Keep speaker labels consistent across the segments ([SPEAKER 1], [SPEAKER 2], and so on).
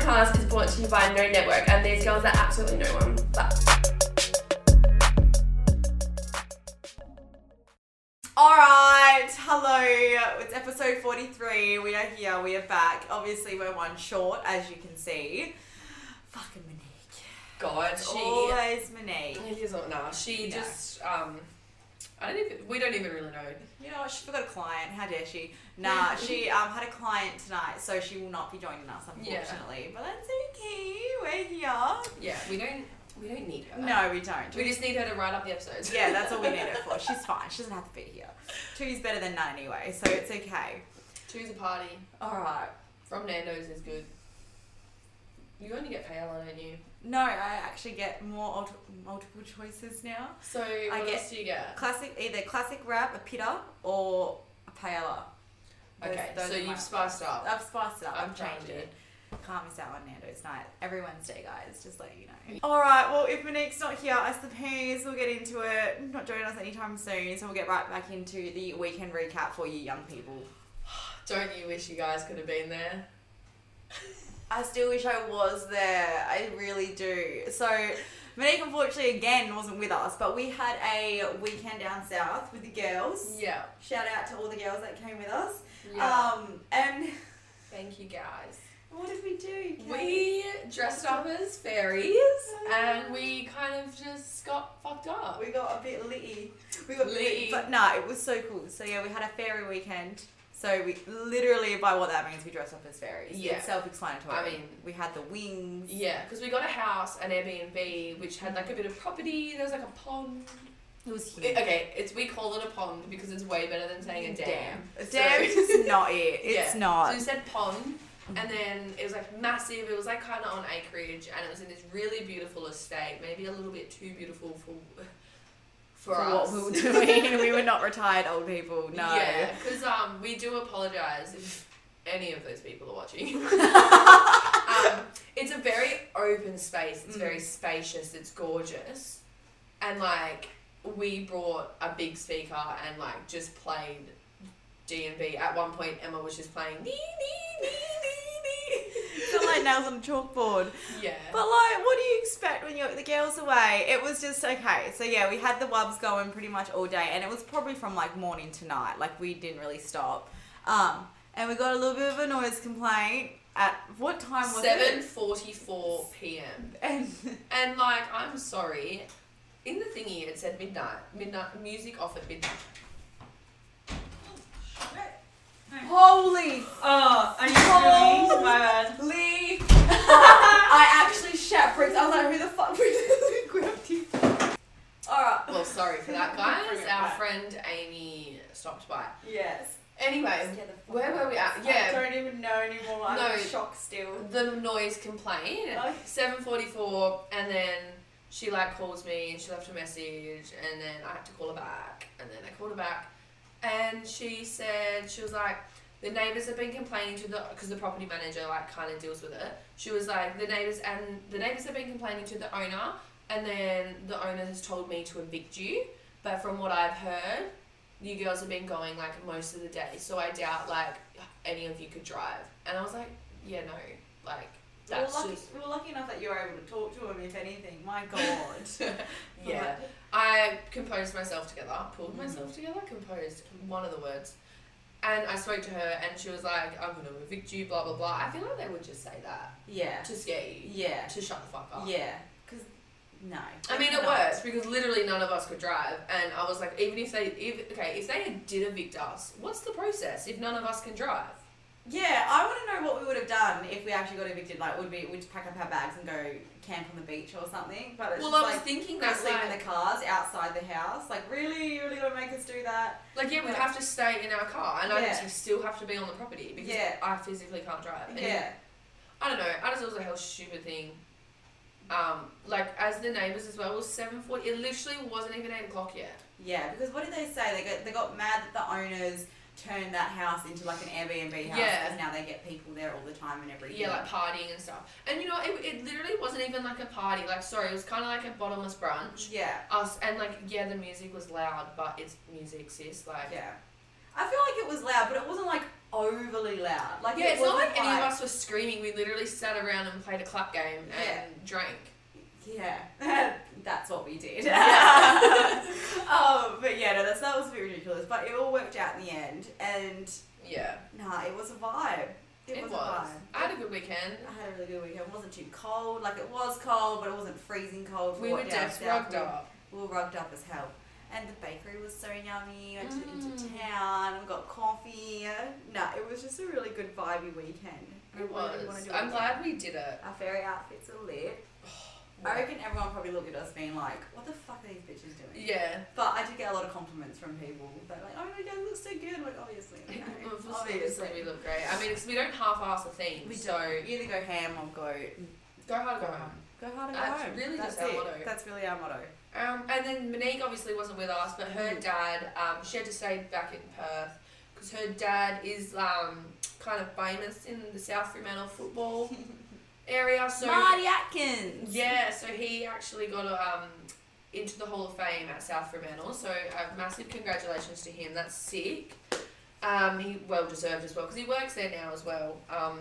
[SPEAKER 1] managed to find no network, and these girls are absolutely no one. But
[SPEAKER 2] All right, hello. It's episode 43. We are here, we are back. Obviously, we're one short, as you can see. Fucking Monique.
[SPEAKER 1] God,
[SPEAKER 2] It's
[SPEAKER 1] she.
[SPEAKER 2] Always Monique.
[SPEAKER 1] She's not now. She
[SPEAKER 2] No.
[SPEAKER 1] just um. I don't even. We don't even really know.
[SPEAKER 2] You know what? She forgot a client. How dare she? Nah, she um had a client tonight, so she will not be joining us,
[SPEAKER 1] Yeah.
[SPEAKER 2] unfortunately. But that's okay. We're here.
[SPEAKER 1] Yeah, we don't. We don't need her.
[SPEAKER 2] No, we don't.
[SPEAKER 1] We just need her to write up the episodes.
[SPEAKER 2] yeah, that's all we need her for. She's fine. She doesn't have to be here. Two's better than none anyway, so it's okay.
[SPEAKER 1] Choose a party
[SPEAKER 2] All right.
[SPEAKER 1] from Nando's is good. You only get payola, don't you?
[SPEAKER 2] No, I actually get more multi- multiple choices now.
[SPEAKER 1] So what
[SPEAKER 2] get-
[SPEAKER 1] else do you get?
[SPEAKER 2] Classic, either classic wrap, a pita, or a paella. Those-
[SPEAKER 1] Okay,
[SPEAKER 2] those
[SPEAKER 1] so
[SPEAKER 2] are my-
[SPEAKER 1] you've spiced up.
[SPEAKER 2] I've spiced it up.
[SPEAKER 1] I've
[SPEAKER 2] I've
[SPEAKER 1] tried
[SPEAKER 2] changed
[SPEAKER 1] it.
[SPEAKER 2] it. Can't miss out on Nando's night every Wednesday, guys. Just let you know. All right. Well, if Monique's not here, I suppose we'll get into it. Not joining us anytime soon, so we'll get right back into the weekend recap for you, young people.
[SPEAKER 1] Don't you wish you guys could have been there?
[SPEAKER 2] I still wish I was there. I really do. So, Monique unfortunately again wasn't with us, but we had a weekend down south with the girls.
[SPEAKER 1] Yeah.
[SPEAKER 2] Shout out to all the girls that came with us.
[SPEAKER 1] Yeah.
[SPEAKER 2] Um, and
[SPEAKER 1] Thank you guys.
[SPEAKER 2] what did we do? Kate?
[SPEAKER 1] We dressed up as fairies and we kind of just got fucked up.
[SPEAKER 2] we got a bit litty. We got
[SPEAKER 1] Litty.
[SPEAKER 2] litty, but no, it was so cool. So yeah, we had a fairy weekend. So we literally, by what that means, we dressed up as fairies.
[SPEAKER 1] Yeah.
[SPEAKER 2] It's self-explanatory.
[SPEAKER 1] I mean-
[SPEAKER 2] we had the wings.
[SPEAKER 1] Yeah, because we got a house, an Airbnb, which had like a bit of property. There was like a pond.
[SPEAKER 2] It was huge.
[SPEAKER 1] It- okay, it's we call it a pond because it's way better than saying a dam.
[SPEAKER 2] A
[SPEAKER 1] So-
[SPEAKER 2] dam's just not it. It's
[SPEAKER 1] Yeah. So
[SPEAKER 2] not.
[SPEAKER 1] we said pond, and then it was like massive. It was like kind of on acreage, and it was in this really beautiful estate. Maybe a little bit too beautiful for for,
[SPEAKER 2] For
[SPEAKER 1] us.
[SPEAKER 2] what we were doing, we were not retired old people. No.
[SPEAKER 1] Yeah, because um, we do apologize if any of those people are watching. um, it's a very open space. It's
[SPEAKER 2] Mm.
[SPEAKER 1] very spacious. It's gorgeous, and like we brought a big speaker and like just played D and B. At one point, Emma was just playing. Nee, nee, nee, nee,
[SPEAKER 2] Felt
[SPEAKER 1] nee.
[SPEAKER 2] like nails on a chalkboard.
[SPEAKER 1] yeah.
[SPEAKER 2] But like, what do you expect when you got the girls away? It was just okay. So yeah, we had the wubs going pretty much all day, and it was probably from like morning to night. Like we didn't really stop. Um, and we got a little bit of a noise complaint at what time was
[SPEAKER 1] Seven
[SPEAKER 2] it?
[SPEAKER 1] forty four p.m.
[SPEAKER 2] And
[SPEAKER 1] And like, I'm sorry, in the thingy it said midnight. Midnight music off at midnight.
[SPEAKER 2] holy,
[SPEAKER 3] Oh, are you
[SPEAKER 2] Oh.
[SPEAKER 3] really? My
[SPEAKER 2] Lee! I actually shat bricks. I was like, who the fuck grabbed you? All right.
[SPEAKER 1] Well, sorry for that, guys.
[SPEAKER 3] Forget
[SPEAKER 1] Our
[SPEAKER 3] that.
[SPEAKER 1] friend Amy stopped by.
[SPEAKER 2] Yes.
[SPEAKER 1] Anyway, where were we at?
[SPEAKER 2] I
[SPEAKER 1] Yeah,
[SPEAKER 2] don't even know anymore. I'm
[SPEAKER 1] No.
[SPEAKER 2] in shock still.
[SPEAKER 1] the noise complaint.
[SPEAKER 2] Oh.
[SPEAKER 1] Seven forty-four, and then she like calls me and she left a message, and then I had to call her back, and then I called her back, and she said she was like. The neighbors have been complaining to the because the property manager like kind of deals with it. She was like the neighbors and the neighbors have been complaining to the owner, and then the owner has told me to evict you. But from what I've heard, you girls have been going like most of the day, so I doubt like any of you could drive. And I was like, yeah, no, like that's
[SPEAKER 2] we were lucky,
[SPEAKER 1] just
[SPEAKER 2] we were lucky enough that you were able to talk to him, if anything. My God.
[SPEAKER 1] yeah. I composed myself together, pulled
[SPEAKER 2] Mm.
[SPEAKER 1] myself together, composed one of the words, and I spoke to her, and she was like, "I'm gonna evict you," blah blah blah. I feel like they would just say that
[SPEAKER 2] yeah.
[SPEAKER 1] to scare you,
[SPEAKER 2] Yeah.
[SPEAKER 1] to shut the fuck up.
[SPEAKER 2] Yeah. Because, no.
[SPEAKER 1] I mean, it
[SPEAKER 2] No.
[SPEAKER 1] works because literally none of us could drive, and I was like, even if they, if, okay, if they did evict us, what's the process if none of us can drive?
[SPEAKER 2] Yeah, I want to know what we would have done if we actually got evicted. Like, would we would pack up our bags and go camp on the beach or something? But it's
[SPEAKER 1] Well, I
[SPEAKER 2] just
[SPEAKER 1] was
[SPEAKER 2] like,
[SPEAKER 1] thinking
[SPEAKER 2] we
[SPEAKER 1] that
[SPEAKER 2] sleep in
[SPEAKER 1] like,
[SPEAKER 2] the cars outside the house. Like, really? You really going to make us do that?
[SPEAKER 1] like yeah, we'd have to stay in our car, and I
[SPEAKER 2] Yeah.
[SPEAKER 1] actually still have to be on the property because
[SPEAKER 2] Yeah.
[SPEAKER 1] I physically can't drive. And
[SPEAKER 2] Yeah.
[SPEAKER 1] I don't know. I just thought it was a hell stupid thing. Um, like as the neighbors as well it was seven forty. It literally wasn't even eight o'clock yet.
[SPEAKER 2] Yeah, because what did they say? They got, they got mad that the owners turned that house into like an Airbnb house
[SPEAKER 1] Yeah.
[SPEAKER 2] because now they get people there all the time and everything.
[SPEAKER 1] Yeah, like partying and stuff. And you know, it, it literally wasn't even like a party. Like sorry, it was kind of like a bottomless brunch.
[SPEAKER 2] yeah.
[SPEAKER 1] Us and like yeah, the music was loud, but it's music, sis. Like
[SPEAKER 2] Yeah. I feel like it was loud, but it wasn't like over overly loud. Like
[SPEAKER 1] Yeah,
[SPEAKER 2] it
[SPEAKER 1] it's not
[SPEAKER 2] wasn't
[SPEAKER 1] like any of us were screaming. We literally sat around and played a clap game and
[SPEAKER 2] Yeah.
[SPEAKER 1] drank.
[SPEAKER 2] Yeah, that's what we did.
[SPEAKER 1] Yeah.
[SPEAKER 2] um, but yeah, no, that's, that was a bit ridiculous. But it all worked out in the end, and
[SPEAKER 1] Yeah,
[SPEAKER 2] nah, it was a vibe. It,
[SPEAKER 1] it,
[SPEAKER 2] was,
[SPEAKER 1] was.
[SPEAKER 2] a vibe.
[SPEAKER 1] I had a good weekend.
[SPEAKER 2] I had a really good weekend. It wasn't too cold. Like it was cold, but it wasn't freezing cold. for
[SPEAKER 1] We
[SPEAKER 2] what
[SPEAKER 1] were
[SPEAKER 2] down
[SPEAKER 1] just
[SPEAKER 2] south
[SPEAKER 1] rugged
[SPEAKER 2] we-
[SPEAKER 1] up.
[SPEAKER 2] We were rugged up as hell. And the bakery was so yummy. I took it into
[SPEAKER 1] Mm.
[SPEAKER 2] town. We got coffee. No, it was just a really good vibey weekend.
[SPEAKER 1] It
[SPEAKER 2] I really wanna
[SPEAKER 1] was.
[SPEAKER 2] do it
[SPEAKER 1] I'm
[SPEAKER 2] again.
[SPEAKER 1] glad we did it.
[SPEAKER 2] Our fairy outfits are lit. I
[SPEAKER 1] Well,
[SPEAKER 2] reckon everyone probably looked at us being like, what the fuck are these bitches doing?
[SPEAKER 1] Yeah.
[SPEAKER 2] But I did get a lot of compliments from people. They're like, oh my god, it looks so good. I'm like, obviously. we know.
[SPEAKER 1] Obviously, we look great. I mean, because we don't half-ass a thing.
[SPEAKER 2] We
[SPEAKER 1] so
[SPEAKER 2] don't. Either go ham or go.
[SPEAKER 1] go hard, go home.
[SPEAKER 2] Go hard or go
[SPEAKER 1] That's
[SPEAKER 2] home.
[SPEAKER 1] really
[SPEAKER 2] That's
[SPEAKER 1] just our
[SPEAKER 2] it.
[SPEAKER 1] motto.
[SPEAKER 2] That's really our motto.
[SPEAKER 1] Um, and then Monique obviously wasn't with us, but her
[SPEAKER 2] Mm.
[SPEAKER 1] dad, um, she had to stay back in Perth because her dad is um, kind of famous in the South Fremantle football area. So
[SPEAKER 2] Marty Atkins.
[SPEAKER 1] yeah, so he actually got um, into the Hall of Fame at South Fremantle. So uh, massive congratulations to him. That's sick. Um, he well deserved as well because he works there now as well. Um,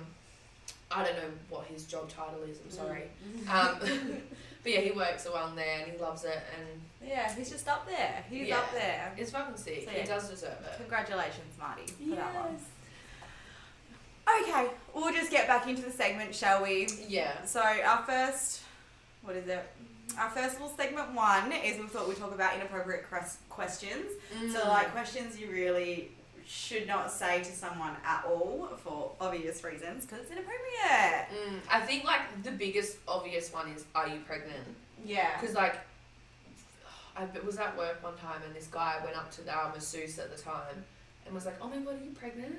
[SPEAKER 1] I don't know what his job title is. I'm
[SPEAKER 2] Mm.
[SPEAKER 1] sorry,
[SPEAKER 2] Mm-hmm.
[SPEAKER 1] um, but yeah, he works along there and he loves it and.
[SPEAKER 2] yeah, he's just up there. He's
[SPEAKER 1] Yeah.
[SPEAKER 2] up there.
[SPEAKER 1] It's fucking sick.
[SPEAKER 2] So,
[SPEAKER 1] He
[SPEAKER 2] yeah.
[SPEAKER 1] does deserve it.
[SPEAKER 2] Congratulations, Marty, for that one. Okay, we'll just get back into the segment, shall we?
[SPEAKER 1] Yeah.
[SPEAKER 2] So our first, what is it? Our first little segment one is we thought we'd talk about inappropriate quest- questions.
[SPEAKER 1] Mm.
[SPEAKER 2] So like questions you really should not say to someone at all for obvious reasons because it's inappropriate.
[SPEAKER 1] Mm, I think like the biggest obvious one is, are you pregnant?
[SPEAKER 2] Yeah.
[SPEAKER 1] Because like, I b- was at work one time and this guy went up to our masseuse at the time and was like, oh my god, are you pregnant?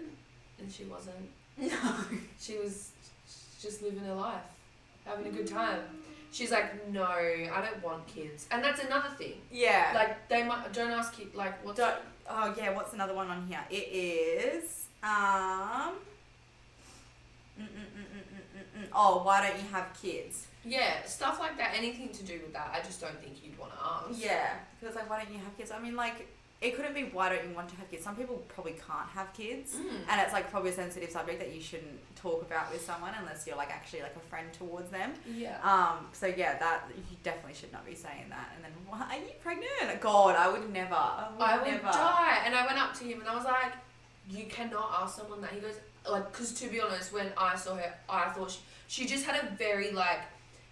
[SPEAKER 1] And she wasn't.
[SPEAKER 2] No.
[SPEAKER 1] She was just living her life, having a good time. She's like, no, I don't want kids. And that's another thing.
[SPEAKER 2] Yeah.
[SPEAKER 1] Like they might don't ask kids like what's
[SPEAKER 2] Don't, oh yeah, what's another one on here? It is um. mm, mm, mm, mm, mm, mm, mm. Oh, why don't you have kids?
[SPEAKER 1] yeah stuff like that. Anything to do with that, I just don't think you'd want to ask.
[SPEAKER 2] Yeah, because like, why don't you have kids? I mean, like, it couldn't be why don't you want to have kids. Some people probably can't have kids,
[SPEAKER 1] Mm.
[SPEAKER 2] and it's like probably a sensitive subject that you shouldn't talk about with someone unless you're like actually like a friend towards them.
[SPEAKER 1] Yeah.
[SPEAKER 2] Um, so yeah, that you definitely should not be saying that. And then, why are you pregnant? God, I would never. I would,
[SPEAKER 1] I would
[SPEAKER 2] never.
[SPEAKER 1] die. And I went up to him and I was like, you cannot ask someone that. He goes, like, because to be honest, when I saw her, I thought she, she just had a very, like,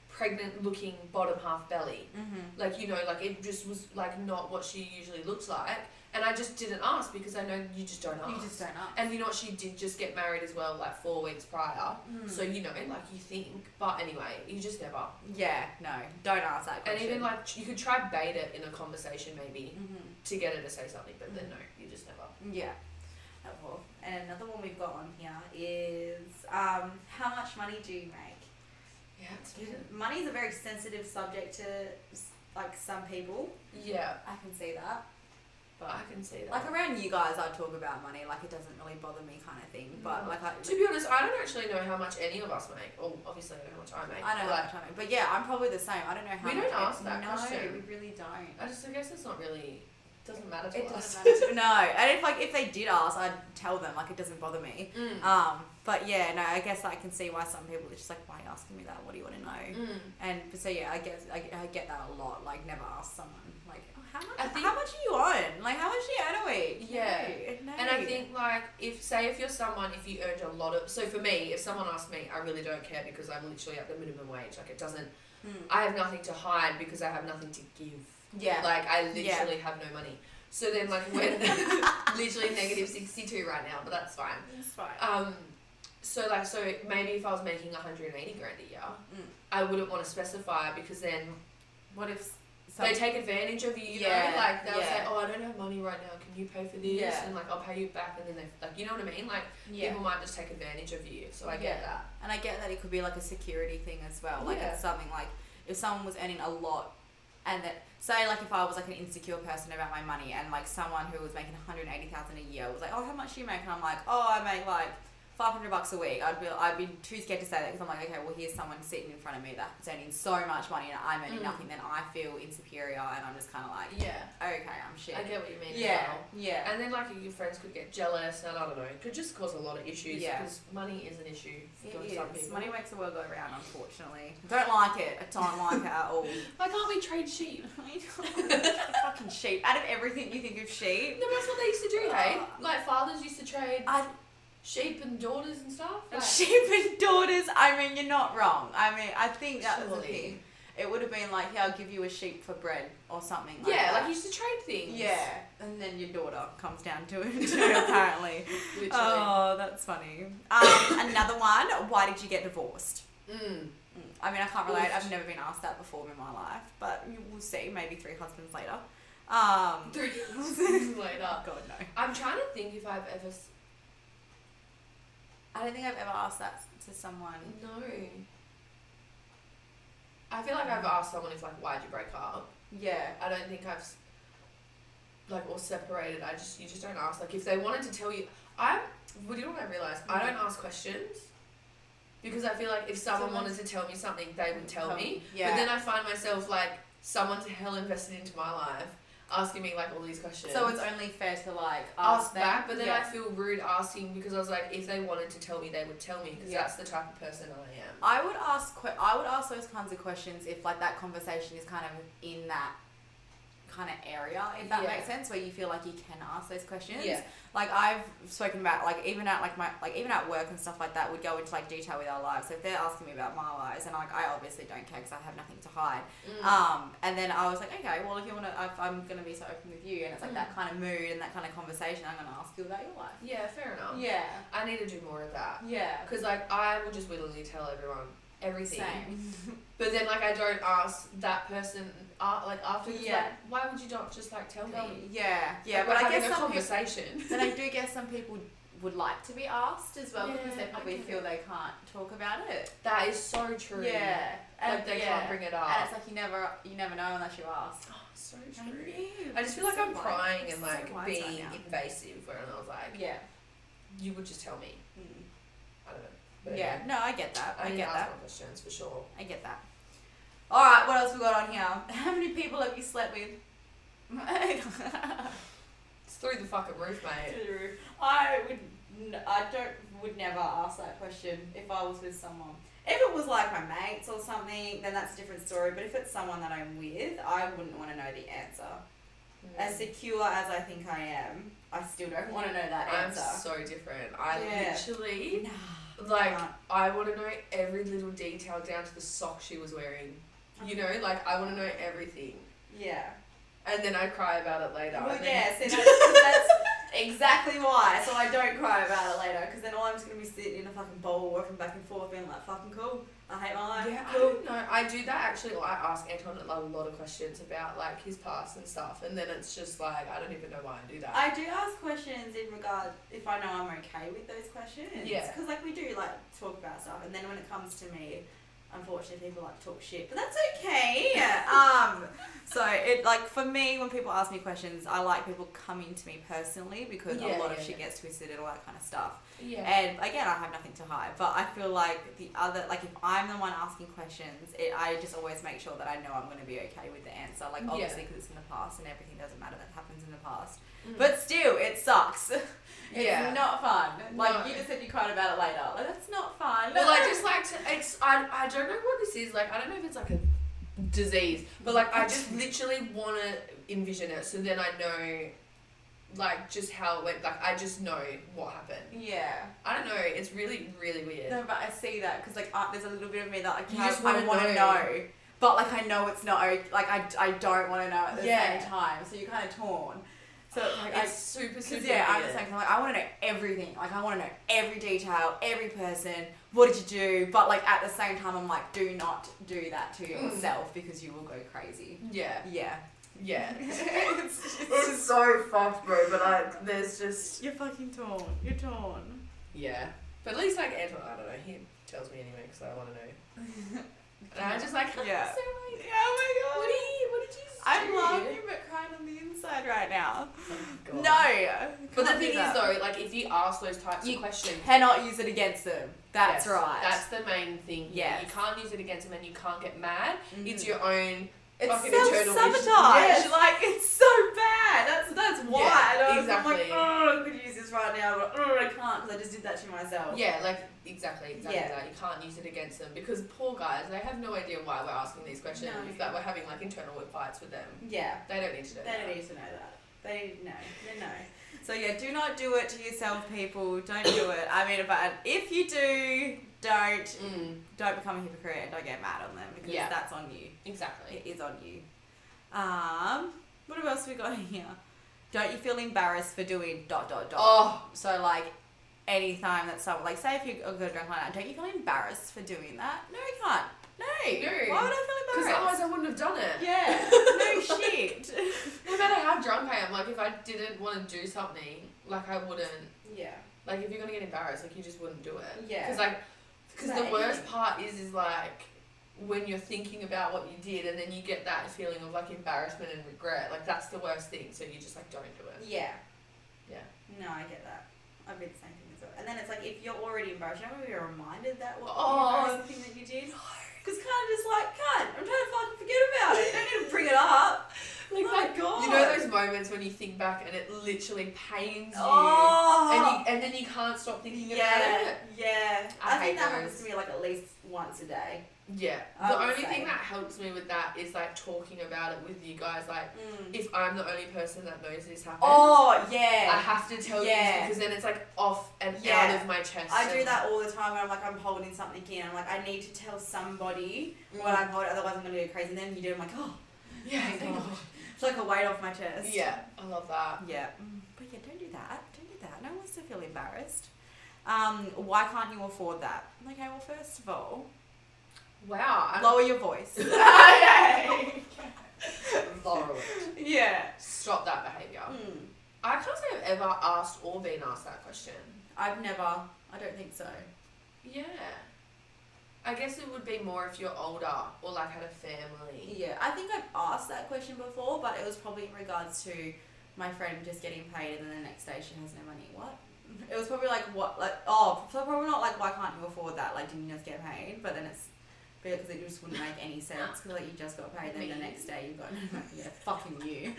[SPEAKER 1] pregnant looking bottom half belly.
[SPEAKER 2] Mm-hmm.
[SPEAKER 1] Like, you know, like, it just was, like, not what she usually looks like. And I just didn't ask because I know you just don't ask.
[SPEAKER 2] You just don't know.
[SPEAKER 1] and you know what? She did just get married as well, like, four weeks prior.
[SPEAKER 2] Hmm.
[SPEAKER 1] So, you know, like, you think. But anyway, you just never.
[SPEAKER 2] Yeah, no, don't ask that
[SPEAKER 1] And
[SPEAKER 2] question.
[SPEAKER 1] even, like, you could try bait it in a conversation maybe
[SPEAKER 2] hmm
[SPEAKER 1] to get her to say something, but then no, you just never.
[SPEAKER 2] yeah. Oh, well. And another one we've got on here is um, how much money do you make?
[SPEAKER 1] Yeah, it's been
[SPEAKER 2] Money's a very sensitive subject to s- like some people.
[SPEAKER 1] Yeah,
[SPEAKER 2] I can see that.
[SPEAKER 1] but I can see that.
[SPEAKER 2] Like around you guys, I talk about money. Like it doesn't really bother me, kind of thing. But
[SPEAKER 1] No.
[SPEAKER 2] like I,
[SPEAKER 1] to be honest, I don't actually know how much any of us make. Oh, obviously, I know how much I make.
[SPEAKER 2] I don't know how
[SPEAKER 1] but
[SPEAKER 2] much I make. But yeah, I'm probably the same. I don't know how.
[SPEAKER 1] We
[SPEAKER 2] much
[SPEAKER 1] don't
[SPEAKER 2] I-
[SPEAKER 1] ask that
[SPEAKER 2] no,
[SPEAKER 1] question.
[SPEAKER 2] we really don't.
[SPEAKER 1] I just I guess it's not really doesn't matter to
[SPEAKER 2] It
[SPEAKER 1] us.
[SPEAKER 2] doesn't matter. to- no, and if like if they did ask, I'd tell them. Like it doesn't bother me.
[SPEAKER 1] Mm.
[SPEAKER 2] Um, but yeah, no, I guess I can see why some people are just like, why are you asking me that? What do you want to know?
[SPEAKER 1] Mm.
[SPEAKER 2] And so yeah, I guess I, I get that a lot. Like, never ask someone like, oh, how much?
[SPEAKER 1] I think-
[SPEAKER 2] how much are you on? Like, how much do you earn a week?
[SPEAKER 1] Yeah.
[SPEAKER 2] No, no.
[SPEAKER 1] And I think like if say if you're someone if you earned a lot of so for me if someone asked me I really don't care because I'm literally at the minimum wage like it doesn't
[SPEAKER 2] Mm.
[SPEAKER 1] I have nothing to hide because I have nothing to give
[SPEAKER 2] yeah,
[SPEAKER 1] like I literally
[SPEAKER 2] Yeah.
[SPEAKER 1] have no money so then like when literally negative sixty two right now but that's fine
[SPEAKER 2] it's fine.
[SPEAKER 1] Um, so like so maybe if I was making 180 grand a year,
[SPEAKER 2] Mm.
[SPEAKER 1] I wouldn't want to specify because then
[SPEAKER 2] what if?
[SPEAKER 1] they take advantage of you. You
[SPEAKER 2] Yeah,
[SPEAKER 1] know, like they'll say,
[SPEAKER 2] yeah.
[SPEAKER 1] "Oh, I don't have money right now. Can you pay for this?"
[SPEAKER 2] Yeah.
[SPEAKER 1] And like I'll pay you back, and then they like you know what I mean. Like
[SPEAKER 2] yeah.
[SPEAKER 1] people might just take advantage of you. So I get
[SPEAKER 2] Yeah.
[SPEAKER 1] that.
[SPEAKER 2] And I get that it could be like a security thing as well. Like
[SPEAKER 1] Yeah.
[SPEAKER 2] it's something like if someone was earning a lot and that say like if I was like an insecure person about my money and like someone who was making 180,000 a year was like, "Oh, how much do you make?" and I'm like, "Oh, I make like five hundred bucks a week, I'd be I'd be too scared to say that because I'm like, okay, well here's someone sitting in front of me that's earning so much money and I'm earning
[SPEAKER 1] Mm.
[SPEAKER 2] nothing, then I feel insuperior and I'm just kind of like,
[SPEAKER 1] Yeah,
[SPEAKER 2] okay, I'm shit.
[SPEAKER 1] I get what you mean. as
[SPEAKER 2] yeah,
[SPEAKER 1] well.
[SPEAKER 2] yeah,
[SPEAKER 1] And then like your friends could get jealous, and I don't know, it could just cause a lot of issues
[SPEAKER 2] Yeah.
[SPEAKER 1] because money is an issue for
[SPEAKER 2] It
[SPEAKER 1] some
[SPEAKER 2] is.
[SPEAKER 1] people.
[SPEAKER 2] Money makes the world go round, unfortunately. Don't like it. I don't like it at all.
[SPEAKER 1] Why can't we trade sheep?
[SPEAKER 2] Fucking sheep. Out of everything you think of sheep,
[SPEAKER 1] No, but that's what they used to do, hey?
[SPEAKER 2] Uh,
[SPEAKER 1] Like fathers used to trade
[SPEAKER 2] I
[SPEAKER 1] sheep and daughters and stuff.
[SPEAKER 2] And
[SPEAKER 1] like-
[SPEAKER 2] sheep and daughters, I mean, you're not wrong. I mean, I think that was the
[SPEAKER 1] Surely.
[SPEAKER 2] thing. It would have been like, yeah, I'll give you a sheep for bread or something like
[SPEAKER 1] yeah,
[SPEAKER 2] that.
[SPEAKER 1] like you used to trade things.
[SPEAKER 2] Yeah, and then your daughter comes down to it too, apparently.
[SPEAKER 1] literally.
[SPEAKER 2] oh, that's funny. Um, another one, why did you get divorced?
[SPEAKER 1] Mm.
[SPEAKER 2] Mm, I mean, I can't relate.
[SPEAKER 1] Oof.
[SPEAKER 2] I've never been asked that before in my life, but you- we'll see. Maybe three husbands later. Um, oh,
[SPEAKER 1] Three years later,
[SPEAKER 2] God, no.
[SPEAKER 1] I'm trying to think if I've ever. s-
[SPEAKER 2] I don't think I've ever asked that to someone.
[SPEAKER 1] No. I feel like I've asked someone if like why'd you break up.
[SPEAKER 2] Yeah.
[SPEAKER 1] I don't think I've s- like or separated. I just you just don't ask. Like if they wanted to tell you, I would you know what I realized? I don't ask questions because I feel like if someone
[SPEAKER 2] Someone's-
[SPEAKER 1] wanted to tell me something, they would tell me.
[SPEAKER 2] Yeah.
[SPEAKER 1] But then I find myself like someone's hell invested into my life, asking me like all these questions.
[SPEAKER 2] So it's only fair to like ask,
[SPEAKER 1] ask
[SPEAKER 2] them.
[SPEAKER 1] back, but then
[SPEAKER 2] yeah.
[SPEAKER 1] I feel rude asking because I was like, if they wanted to tell me, they would tell me because
[SPEAKER 2] Yeah.
[SPEAKER 1] that's the type of person I am.
[SPEAKER 2] I would ask que- I would ask those kinds of questions if like that conversation is kind of in that kind of area if that
[SPEAKER 1] Yeah.
[SPEAKER 2] makes sense where you feel like you can ask those questions
[SPEAKER 1] Yeah.
[SPEAKER 2] like I've spoken about like even at like my like even at work and stuff like that would go into like detail with our lives so if they're asking me about my lives and like I obviously don't care because I have nothing to hide
[SPEAKER 1] Mm.
[SPEAKER 2] um, and then I was like, okay, well, if you want to, if I'm going to be so open with you, and it's like that kind of mood and that kind of conversation, I'm going to ask you about your life.
[SPEAKER 1] yeah, fair enough.
[SPEAKER 2] Yeah.
[SPEAKER 1] I need to do more of that
[SPEAKER 2] Yeah.
[SPEAKER 1] because like I will just willingly tell everyone everything,
[SPEAKER 2] Same.
[SPEAKER 1] but then like I don't ask that person uh, like after. Yeah.
[SPEAKER 2] Yeah.
[SPEAKER 1] Like, why would you not just like tell me?
[SPEAKER 2] Yeah, yeah,
[SPEAKER 1] Like,
[SPEAKER 2] but
[SPEAKER 1] we're
[SPEAKER 2] I
[SPEAKER 1] having
[SPEAKER 2] guess
[SPEAKER 1] a
[SPEAKER 2] some people,
[SPEAKER 1] conversation.
[SPEAKER 2] but I do guess some people would like to be asked as well because they
[SPEAKER 1] Yeah, I
[SPEAKER 2] probably
[SPEAKER 1] get
[SPEAKER 2] feel
[SPEAKER 1] it.
[SPEAKER 2] they can't talk about it.
[SPEAKER 1] that is so true.
[SPEAKER 2] Yeah, and
[SPEAKER 1] Like they
[SPEAKER 2] yeah.
[SPEAKER 1] can't bring it up.
[SPEAKER 2] And it's like you never, you never know unless you ask.
[SPEAKER 1] Oh, so
[SPEAKER 2] I
[SPEAKER 1] true.
[SPEAKER 2] know.
[SPEAKER 1] I just feel like
[SPEAKER 2] So
[SPEAKER 1] I'm
[SPEAKER 2] wise.
[SPEAKER 1] prying and
[SPEAKER 2] So
[SPEAKER 1] like
[SPEAKER 2] wise right
[SPEAKER 1] being
[SPEAKER 2] now.
[SPEAKER 1] invasive, where I was like,
[SPEAKER 2] Yeah.
[SPEAKER 1] you would just tell me.
[SPEAKER 2] Mm.
[SPEAKER 1] I don't know. But
[SPEAKER 2] Yeah.
[SPEAKER 1] anyway,
[SPEAKER 2] No, I get that. I,
[SPEAKER 1] I, need
[SPEAKER 2] get
[SPEAKER 1] to
[SPEAKER 2] that.
[SPEAKER 1] ask my questions for sure.
[SPEAKER 2] I get that. All right, what else we got on here? How many people have you slept with?
[SPEAKER 1] It's through the fucking roof, mate.
[SPEAKER 2] I would, n- I don't, would never ask that question if I was with someone. If it was like my mates or something, then that's a different story. But if it's someone that I'm with, I wouldn't want to know the answer. As secure as I think I am, I still don't want to know that
[SPEAKER 1] I'm
[SPEAKER 2] answer.
[SPEAKER 1] so different. I
[SPEAKER 2] Yeah.
[SPEAKER 1] literally
[SPEAKER 2] Nah,
[SPEAKER 1] like
[SPEAKER 2] Nah.
[SPEAKER 1] I want to know every little detail down to the sock she was wearing. You know,
[SPEAKER 2] Uh-huh.
[SPEAKER 1] like I want to know everything,
[SPEAKER 2] yeah.
[SPEAKER 1] and then I cry about it later.
[SPEAKER 2] Well,
[SPEAKER 1] and
[SPEAKER 2] yeah,
[SPEAKER 1] then-
[SPEAKER 2] see, that's, that's exactly why. So I don't cry about it later, because then all I'm just going to be sitting in a fucking bowl, working back and forth, being like, fucking cool. I hate my life.
[SPEAKER 1] Yeah, I
[SPEAKER 2] um,
[SPEAKER 1] don't know. I do that actually. Like, I ask Anton a lot of questions about like his past and stuff, and then it's just like I don't even know why I do that.
[SPEAKER 2] I do ask questions in regard if I know I'm okay with those questions.
[SPEAKER 1] Yeah.
[SPEAKER 2] Because like we do like talk about stuff, and then when it comes to me, unfortunately people like to talk shit, but that's okay. um. So it like for me when people ask me questions, I like people coming to me personally because
[SPEAKER 1] Yeah,
[SPEAKER 2] a lot
[SPEAKER 1] yeah,
[SPEAKER 2] of shit
[SPEAKER 1] yeah.
[SPEAKER 2] gets twisted and all that kind of stuff.
[SPEAKER 1] yeah,
[SPEAKER 2] And again, I have nothing to hide, but I feel like the other, like if I'm the one asking questions, it, I just always make sure that I know I'm going to be okay with the answer. Like
[SPEAKER 1] Yeah.
[SPEAKER 2] obviously, because it's in the past and everything doesn't matter that happens in the past.
[SPEAKER 1] Mm.
[SPEAKER 2] But still, it sucks. it's
[SPEAKER 1] Yeah.
[SPEAKER 2] not fun. Like
[SPEAKER 1] No.
[SPEAKER 2] you just said, you cried about it later. Like that's not fun.
[SPEAKER 1] Well, I just like to. It's I, I don't know what this is. Like I don't know if it's like a disease, but like I just literally want to envision it, so then I know, like just how it went. Like I just know what happened.
[SPEAKER 2] yeah.
[SPEAKER 1] I don't know. It's really really weird.
[SPEAKER 2] No, but I see that because like uh, there's a little bit of me that like
[SPEAKER 1] You
[SPEAKER 2] I-
[SPEAKER 1] just
[SPEAKER 2] I
[SPEAKER 1] wanna
[SPEAKER 2] want
[SPEAKER 1] know.
[SPEAKER 2] to know, but like I know it's not. o- Like I, I don't want to know at the
[SPEAKER 1] Yeah.
[SPEAKER 2] same time. So you're kind of torn. So it's like I
[SPEAKER 1] it's super super.
[SPEAKER 2] Because yeah, I'm
[SPEAKER 1] weird.
[SPEAKER 2] the same. 'cause I'm like, I want to know everything. Like, I want to know every detail, every person. What did you do? But like at the same time, I'm like, do not do that to
[SPEAKER 1] Mm.
[SPEAKER 2] yourself because you will go crazy.
[SPEAKER 1] Yeah,
[SPEAKER 2] Yeah.
[SPEAKER 1] yeah.
[SPEAKER 2] It's- it's just-
[SPEAKER 1] so fucked, bro. But like, there's just
[SPEAKER 2] you're fucking torn. You're torn.
[SPEAKER 1] yeah. But at least like Anton, I don't know. He tells me anyway because I want to know. And I was just like,
[SPEAKER 2] Yeah.
[SPEAKER 1] yeah. so like,
[SPEAKER 2] Yeah, oh
[SPEAKER 1] what,
[SPEAKER 2] my
[SPEAKER 1] do
[SPEAKER 2] god.
[SPEAKER 1] you, what did you do?
[SPEAKER 2] I'm laughing but crying on the inside right now.
[SPEAKER 1] God.
[SPEAKER 2] No.
[SPEAKER 1] But the
[SPEAKER 2] can't do
[SPEAKER 1] thing is
[SPEAKER 2] that.
[SPEAKER 1] though, like if you ask those types
[SPEAKER 2] You
[SPEAKER 1] of questions,
[SPEAKER 2] cannot use it against them. That's
[SPEAKER 1] yes,
[SPEAKER 2] right.
[SPEAKER 1] That's the main thing. Yeah,
[SPEAKER 2] Yes.
[SPEAKER 1] you can't use it against them, and you can't get mad. It's
[SPEAKER 2] Mhm.
[SPEAKER 1] your own.
[SPEAKER 2] It's
[SPEAKER 1] fucking
[SPEAKER 2] self
[SPEAKER 1] internal
[SPEAKER 2] sabotage.
[SPEAKER 1] issue. Yes.
[SPEAKER 2] Like it's so bad. That's that's why.
[SPEAKER 1] Yeah,
[SPEAKER 2] And I was- I'm
[SPEAKER 1] exactly.
[SPEAKER 2] like, oh, I could use this right now, but oh, I can't because I just did that to myself.
[SPEAKER 1] Yeah, like exactly, exactly
[SPEAKER 2] Oh. Yeah.
[SPEAKER 1] that. You can't use it against them because poor guys, they have no idea why we're asking these questions.
[SPEAKER 2] No.
[SPEAKER 1] That we're having like internal fights with them.
[SPEAKER 2] Yeah.
[SPEAKER 1] They don't need to do
[SPEAKER 2] They
[SPEAKER 1] that.
[SPEAKER 2] don't need to know that. They need to know. They know. So yeah, do not do it to yourself, people. Don't do it. I mean, but if you do, don't
[SPEAKER 1] Mm,
[SPEAKER 2] don't become a hypocrite and don't get mad on them because
[SPEAKER 1] Yeah.
[SPEAKER 2] that's on you.
[SPEAKER 1] exactly.
[SPEAKER 2] It is on you. Um, what else we got here? Don't you feel embarrassed for doing dot dot dot?
[SPEAKER 1] Oh,
[SPEAKER 2] So like any time that someone like say if you go to drunk like that, don't you feel embarrassed for doing that? No, you can't. No.
[SPEAKER 1] No.
[SPEAKER 2] Why would I feel
[SPEAKER 1] because
[SPEAKER 2] embarrassed?
[SPEAKER 1] otherwise I wouldn't have done it.
[SPEAKER 2] yeah. No shit.
[SPEAKER 1] No matter how drunk I am, like if I didn't want to do something, like I wouldn't.
[SPEAKER 2] yeah.
[SPEAKER 1] Like if you're gonna get embarrassed, like you just wouldn't do it.
[SPEAKER 2] Yeah.
[SPEAKER 1] Because like, because the
[SPEAKER 2] Right.
[SPEAKER 1] worst part is is like when you're thinking about what you did and then you get that feeling of like embarrassment and regret. Like that's the worst thing. So you just like don't do it.
[SPEAKER 2] Yeah.
[SPEAKER 1] Yeah.
[SPEAKER 2] No, I get that. I've been the same thing as well. And then it's like if you're already embarrassed, you know when you're reminded that what
[SPEAKER 1] Oh.
[SPEAKER 2] oh, embarrassing thing that you did. Because kind of just like can't. I'm trying to fucking forget about it. Don't need to bring it up.
[SPEAKER 1] Like
[SPEAKER 2] oh
[SPEAKER 1] that.
[SPEAKER 2] my god.
[SPEAKER 1] You know those moments when you think back and it literally pains you,
[SPEAKER 2] Oh.
[SPEAKER 1] and you, and then you can't stop thinking about
[SPEAKER 2] yeah.
[SPEAKER 1] it.
[SPEAKER 2] Yeah.
[SPEAKER 1] I
[SPEAKER 2] I, think
[SPEAKER 1] hate
[SPEAKER 2] that
[SPEAKER 1] those.
[SPEAKER 2] happens to me like at least once a day.
[SPEAKER 1] Yeah.
[SPEAKER 2] I
[SPEAKER 1] the
[SPEAKER 2] would
[SPEAKER 1] only
[SPEAKER 2] say.
[SPEAKER 1] thing that helps me with that is like talking about it with you guys. Like if I'm the only person that knows this happened.
[SPEAKER 2] Mm. Oh
[SPEAKER 1] I
[SPEAKER 2] yeah.
[SPEAKER 1] have to tell
[SPEAKER 2] Yeah.
[SPEAKER 1] you because then it's like off and
[SPEAKER 2] Yeah.
[SPEAKER 1] out of my chest.
[SPEAKER 2] I do
[SPEAKER 1] and-
[SPEAKER 2] that all the time when I'm like I'm holding something in. I'm like I need to tell somebody
[SPEAKER 1] Mm.
[SPEAKER 2] what I'm holding, otherwise I'm gonna go crazy. And then you do. I'm like oh,
[SPEAKER 1] Yeah,
[SPEAKER 2] thank
[SPEAKER 1] thank
[SPEAKER 2] God.
[SPEAKER 1] God.
[SPEAKER 2] it's like a weight off my chest.
[SPEAKER 1] Yeah, I love that.
[SPEAKER 2] Yeah. But yeah, don't do that. Don't do that. No one wants to feel embarrassed. Um, why can't you afford that? Okay, well, first of all,
[SPEAKER 1] Wow. I
[SPEAKER 2] lower your voice.
[SPEAKER 1] Laurel.
[SPEAKER 2] yeah.
[SPEAKER 1] Stop that behaviour.
[SPEAKER 2] Mm,
[SPEAKER 1] I can't say I've ever asked or been asked that question.
[SPEAKER 2] I've never. I don't think so.
[SPEAKER 1] Yeah. I guess it would be more if you're older or like had a family.
[SPEAKER 2] Yeah, I think I've asked that question before, but it was probably in regards to my friend just getting paid and then the next day she has no money. What? It was probably like what like oh so probably not like why can't you afford that like didn't you just get paid but then it's because it just wouldn't make any sense because like you just got paid then the
[SPEAKER 1] Me.
[SPEAKER 2] next day you got no money. yeah fucking you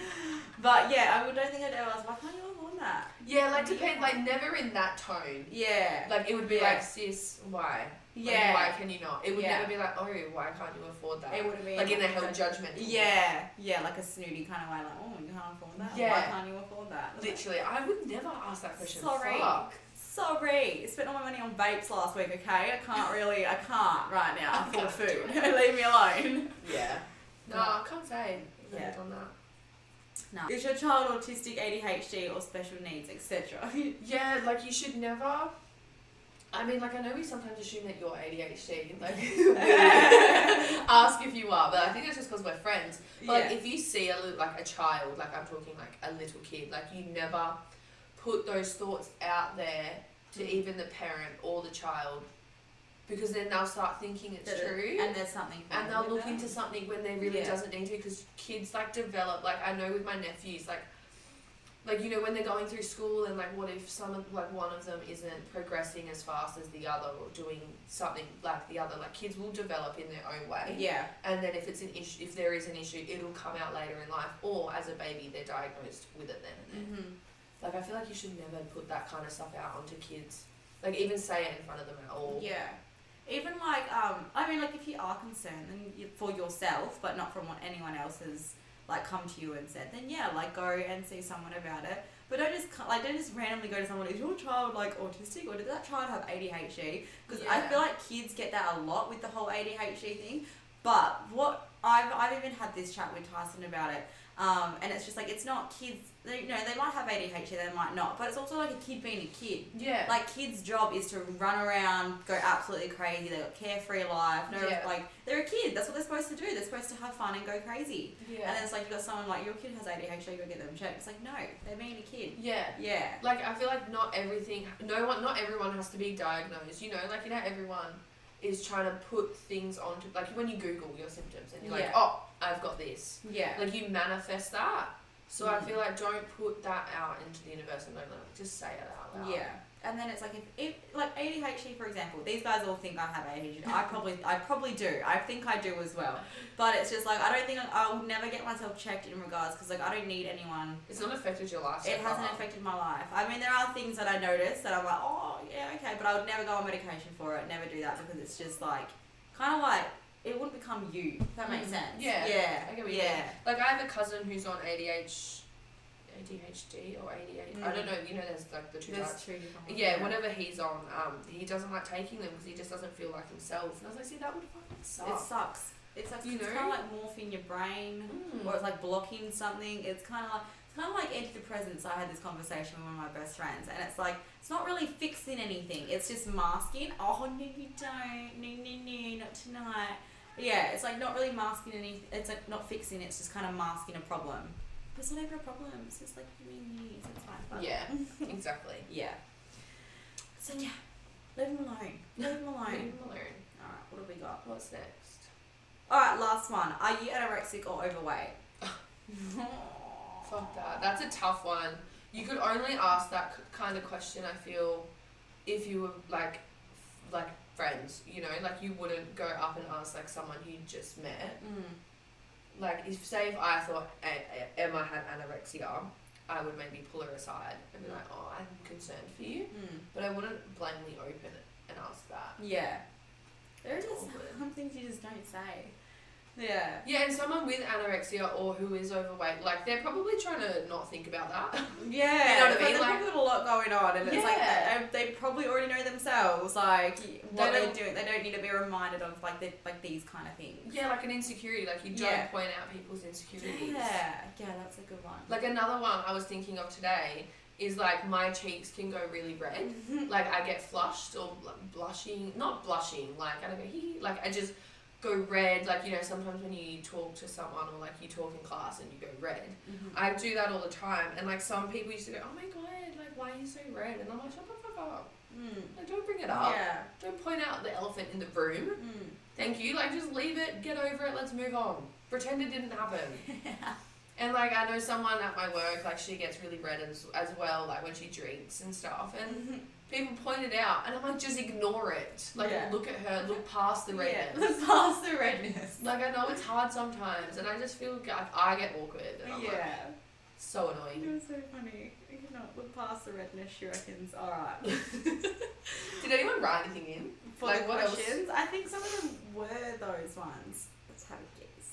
[SPEAKER 2] but yeah I would- don't think I'd ever ask why can't you afford that
[SPEAKER 1] Yeah, like depend like never in that tone.
[SPEAKER 2] yeah
[SPEAKER 1] Like it would be
[SPEAKER 2] Yeah.
[SPEAKER 1] like, sis, why? Like,
[SPEAKER 2] yeah
[SPEAKER 1] why can you not? It would
[SPEAKER 2] Yeah.
[SPEAKER 1] never be like, oh, why can't you afford that?
[SPEAKER 2] it would have been
[SPEAKER 1] like in a held judgment.
[SPEAKER 2] yeah yeah like a snooty kind of way like oh you can't afford that why
[SPEAKER 1] Yeah.
[SPEAKER 2] can't you afford that Like,
[SPEAKER 1] Literally, I would never ask that question.
[SPEAKER 2] Sorry.
[SPEAKER 1] Fuck.
[SPEAKER 2] Sorry, spent all my money on vapes last week, okay? I can't really, I can't right now
[SPEAKER 1] I
[SPEAKER 2] afford
[SPEAKER 1] can't do
[SPEAKER 2] food. Leave me alone.
[SPEAKER 1] Yeah. No, I can't say. I've never
[SPEAKER 2] Yeah.
[SPEAKER 1] done that.
[SPEAKER 2] No. Is your child autistic, ADHD, or special needs, etc.?
[SPEAKER 1] Yeah, like you should never. I mean, like I know we sometimes assume that you're ADHD, like ask if you are, but I think that's just because we're friends. But like,
[SPEAKER 2] Yeah.
[SPEAKER 1] if you see a li- like a child, like I'm talking like a little kid, like you never put those thoughts out there to
[SPEAKER 2] Mm.
[SPEAKER 1] even the parent or the child, because then they'll start thinking it's
[SPEAKER 2] That-
[SPEAKER 1] true.
[SPEAKER 2] And there's something.
[SPEAKER 1] and
[SPEAKER 2] wrong
[SPEAKER 1] they'll
[SPEAKER 2] with
[SPEAKER 1] look
[SPEAKER 2] them.
[SPEAKER 1] into something when they really
[SPEAKER 2] Yeah.
[SPEAKER 1] doesn't need to because kids like develop like i know with my nephews like like you know when they're going through school and like what if some of- like one of them isn't progressing as fast as the other or doing something like the other like kids will develop in their own way
[SPEAKER 2] Yeah,
[SPEAKER 1] and then if it's an issue if there is an issue it'll come out later in life or as a baby they're diagnosed with it then and then
[SPEAKER 2] hmm
[SPEAKER 1] like i feel like you should never put that kind of stuff out onto kids like even say it in front of them at all
[SPEAKER 2] yeah. Even like, um, I mean, like if you are concerned then you, for yourself, but not from what anyone else has like come to you and said, then yeah, like go and see someone about it. But don't just co- like don't just randomly go to someone. Is your child like autistic or did that child have ADHD? Because I
[SPEAKER 1] Yeah.
[SPEAKER 2] feel like kids get that a lot with the whole ADHD thing. But what I've I've even had this chat with Tyson about it. Um, and it's just like it's not kids. They, you know, they might have ADHD, they might not. But it's also like a kid being a kid.
[SPEAKER 1] yeah
[SPEAKER 2] Like kids' job is to run around, go absolutely crazy. They got carefree life. No,
[SPEAKER 1] Yeah.
[SPEAKER 2] like they're a kid. That's what they're supposed to do. They're supposed to have fun and go crazy. And
[SPEAKER 1] yeah
[SPEAKER 2] then it's like you got someone like your kid has ADHD. Go get them checked. It's like no, they're being a kid.
[SPEAKER 1] yeah
[SPEAKER 2] Yeah.
[SPEAKER 1] like I feel like not everything no one not everyone has to be diagnosed, you know, like you know everyone is trying to put things onto like when you Google your symptoms and you're like,
[SPEAKER 3] Yeah.
[SPEAKER 1] oh, I've got this.
[SPEAKER 3] Yeah.
[SPEAKER 1] Like you manifest that. So I
[SPEAKER 2] Mhm.
[SPEAKER 1] feel like don't put that out into the universe and don't like, just say it out loud.
[SPEAKER 2] Yeah. And then it's like if, if like ADHD for example, these guys all think I have ADHD. I probably I probably do. I think I do as well. But it's just like I don't think I, I will never get myself checked in regards because like I don't need anyone.
[SPEAKER 1] It's not affected your life. so
[SPEAKER 2] It hasn't
[SPEAKER 1] far.
[SPEAKER 2] affected my life. I mean, there are things that I notice that I'm like, oh yeah, okay, but I would never go on medication for it. Never do that because it's just like kind of like it wouldn't become you. If that makes
[SPEAKER 1] Mm.
[SPEAKER 2] sense.
[SPEAKER 1] Yeah.
[SPEAKER 2] Yeah.
[SPEAKER 1] I get what you
[SPEAKER 2] yeah.
[SPEAKER 1] Like I have a cousin who's on ADH, ADHD or ADHD. I don't know. You know, there's like the two types.
[SPEAKER 2] Mm. There's two different ones,
[SPEAKER 1] Yeah, whenever he's on, um, he doesn't like taking them because he just doesn't feel like himself. And I was like, see, that would fucking suck.
[SPEAKER 2] It sucks. It's like
[SPEAKER 1] You
[SPEAKER 2] it's
[SPEAKER 1] know?
[SPEAKER 2] kind of like morphine your brain,
[SPEAKER 1] Mm.
[SPEAKER 2] or it's like blocking something. It's kind of like it's kind of like antidepressants. I had this conversation with one of my best friends, and it's like it's not really fixing anything. It's just masking. Oh no, you don't. No, no, no, not tonight. Yeah, it's like not really masking anything. It's like not fixing. It's just kind of masking a problem. But it's not even a problem. It's just like you mean news. It's fine. But
[SPEAKER 1] Yeah, exactly.
[SPEAKER 2] yeah. So yeah, leave him alone. Leave him alone.
[SPEAKER 1] Leave him alone.
[SPEAKER 2] All right, what have we got?
[SPEAKER 1] What's next?
[SPEAKER 2] All right, last one. Are you anorexic or overweight?
[SPEAKER 1] Fuck that. That's a tough one. You could only ask that k- kind of question. I feel if you were like, f- like friends. You know, like you wouldn't go up and ask like someone you just met.
[SPEAKER 2] Mm.
[SPEAKER 1] Like if say if I thought eh, eh, Emma had anorexia, I would maybe pull her aside and be like, oh, I'm concerned for you.
[SPEAKER 2] Mm.
[SPEAKER 1] But I wouldn't blindly open it and ask that.
[SPEAKER 2] Yeah. There is just
[SPEAKER 1] Awkward.
[SPEAKER 2] some things you just don't say. Yeah.
[SPEAKER 1] Yeah, and someone with anorexia or who is overweight, like they're probably trying to not think about that.
[SPEAKER 2] Yeah.
[SPEAKER 1] You know what I mean?
[SPEAKER 2] it's Like, they've
[SPEAKER 1] Like-
[SPEAKER 2] probably got a lot going on, and it's like
[SPEAKER 1] Yeah.
[SPEAKER 2] they, they probably already know themselves, like what they
[SPEAKER 1] They
[SPEAKER 2] are
[SPEAKER 1] don't-
[SPEAKER 2] doing. They don't need to be reminded of like the, like these kind of things.
[SPEAKER 1] yeah, like an insecurity. Like you don't
[SPEAKER 2] Yeah.
[SPEAKER 1] point out people's insecurities.
[SPEAKER 2] Yeah. Yeah, that's a good one.
[SPEAKER 1] Like another one I was thinking of today is like my cheeks can go really red.
[SPEAKER 2] mm-hmm.
[SPEAKER 1] Like I get flushed or like, blushing, not blushing. Like I don't go hee. hee, Like I just go red. Like you know sometimes when you talk to someone or like you talk in class and you go red.
[SPEAKER 2] Mhm.
[SPEAKER 1] I do that all the time. And like some people used to go, oh my god, like why are you so red? And I'm like shut the fuck up.
[SPEAKER 2] Mm.
[SPEAKER 1] Like don't bring it up.
[SPEAKER 2] Yeah.
[SPEAKER 1] Don't point out the elephant in the room.
[SPEAKER 2] Mm.
[SPEAKER 1] Thank you. Like, just leave it, get over it, let's move on. Pretend it didn't happen. and, like, I know someone at my work, like, she gets really red as, as well, like, when she drinks and stuff. And people point it out, and I'm like, just ignore it. Like,
[SPEAKER 2] Yeah.
[SPEAKER 1] look at her, look past the
[SPEAKER 2] Yeah,
[SPEAKER 1] redness.
[SPEAKER 2] the past the redness.
[SPEAKER 1] Like, I know it's hard sometimes, and I just feel like I get awkward. And I'm like,
[SPEAKER 2] Yeah.
[SPEAKER 1] so annoying.
[SPEAKER 2] You're so funny. You cannot look past the redness, she reckons. All right.
[SPEAKER 1] Did anyone write anything in?
[SPEAKER 2] For
[SPEAKER 1] Like,
[SPEAKER 2] the
[SPEAKER 1] what else?
[SPEAKER 2] questions, I think some of them were those ones. Let's have a guess.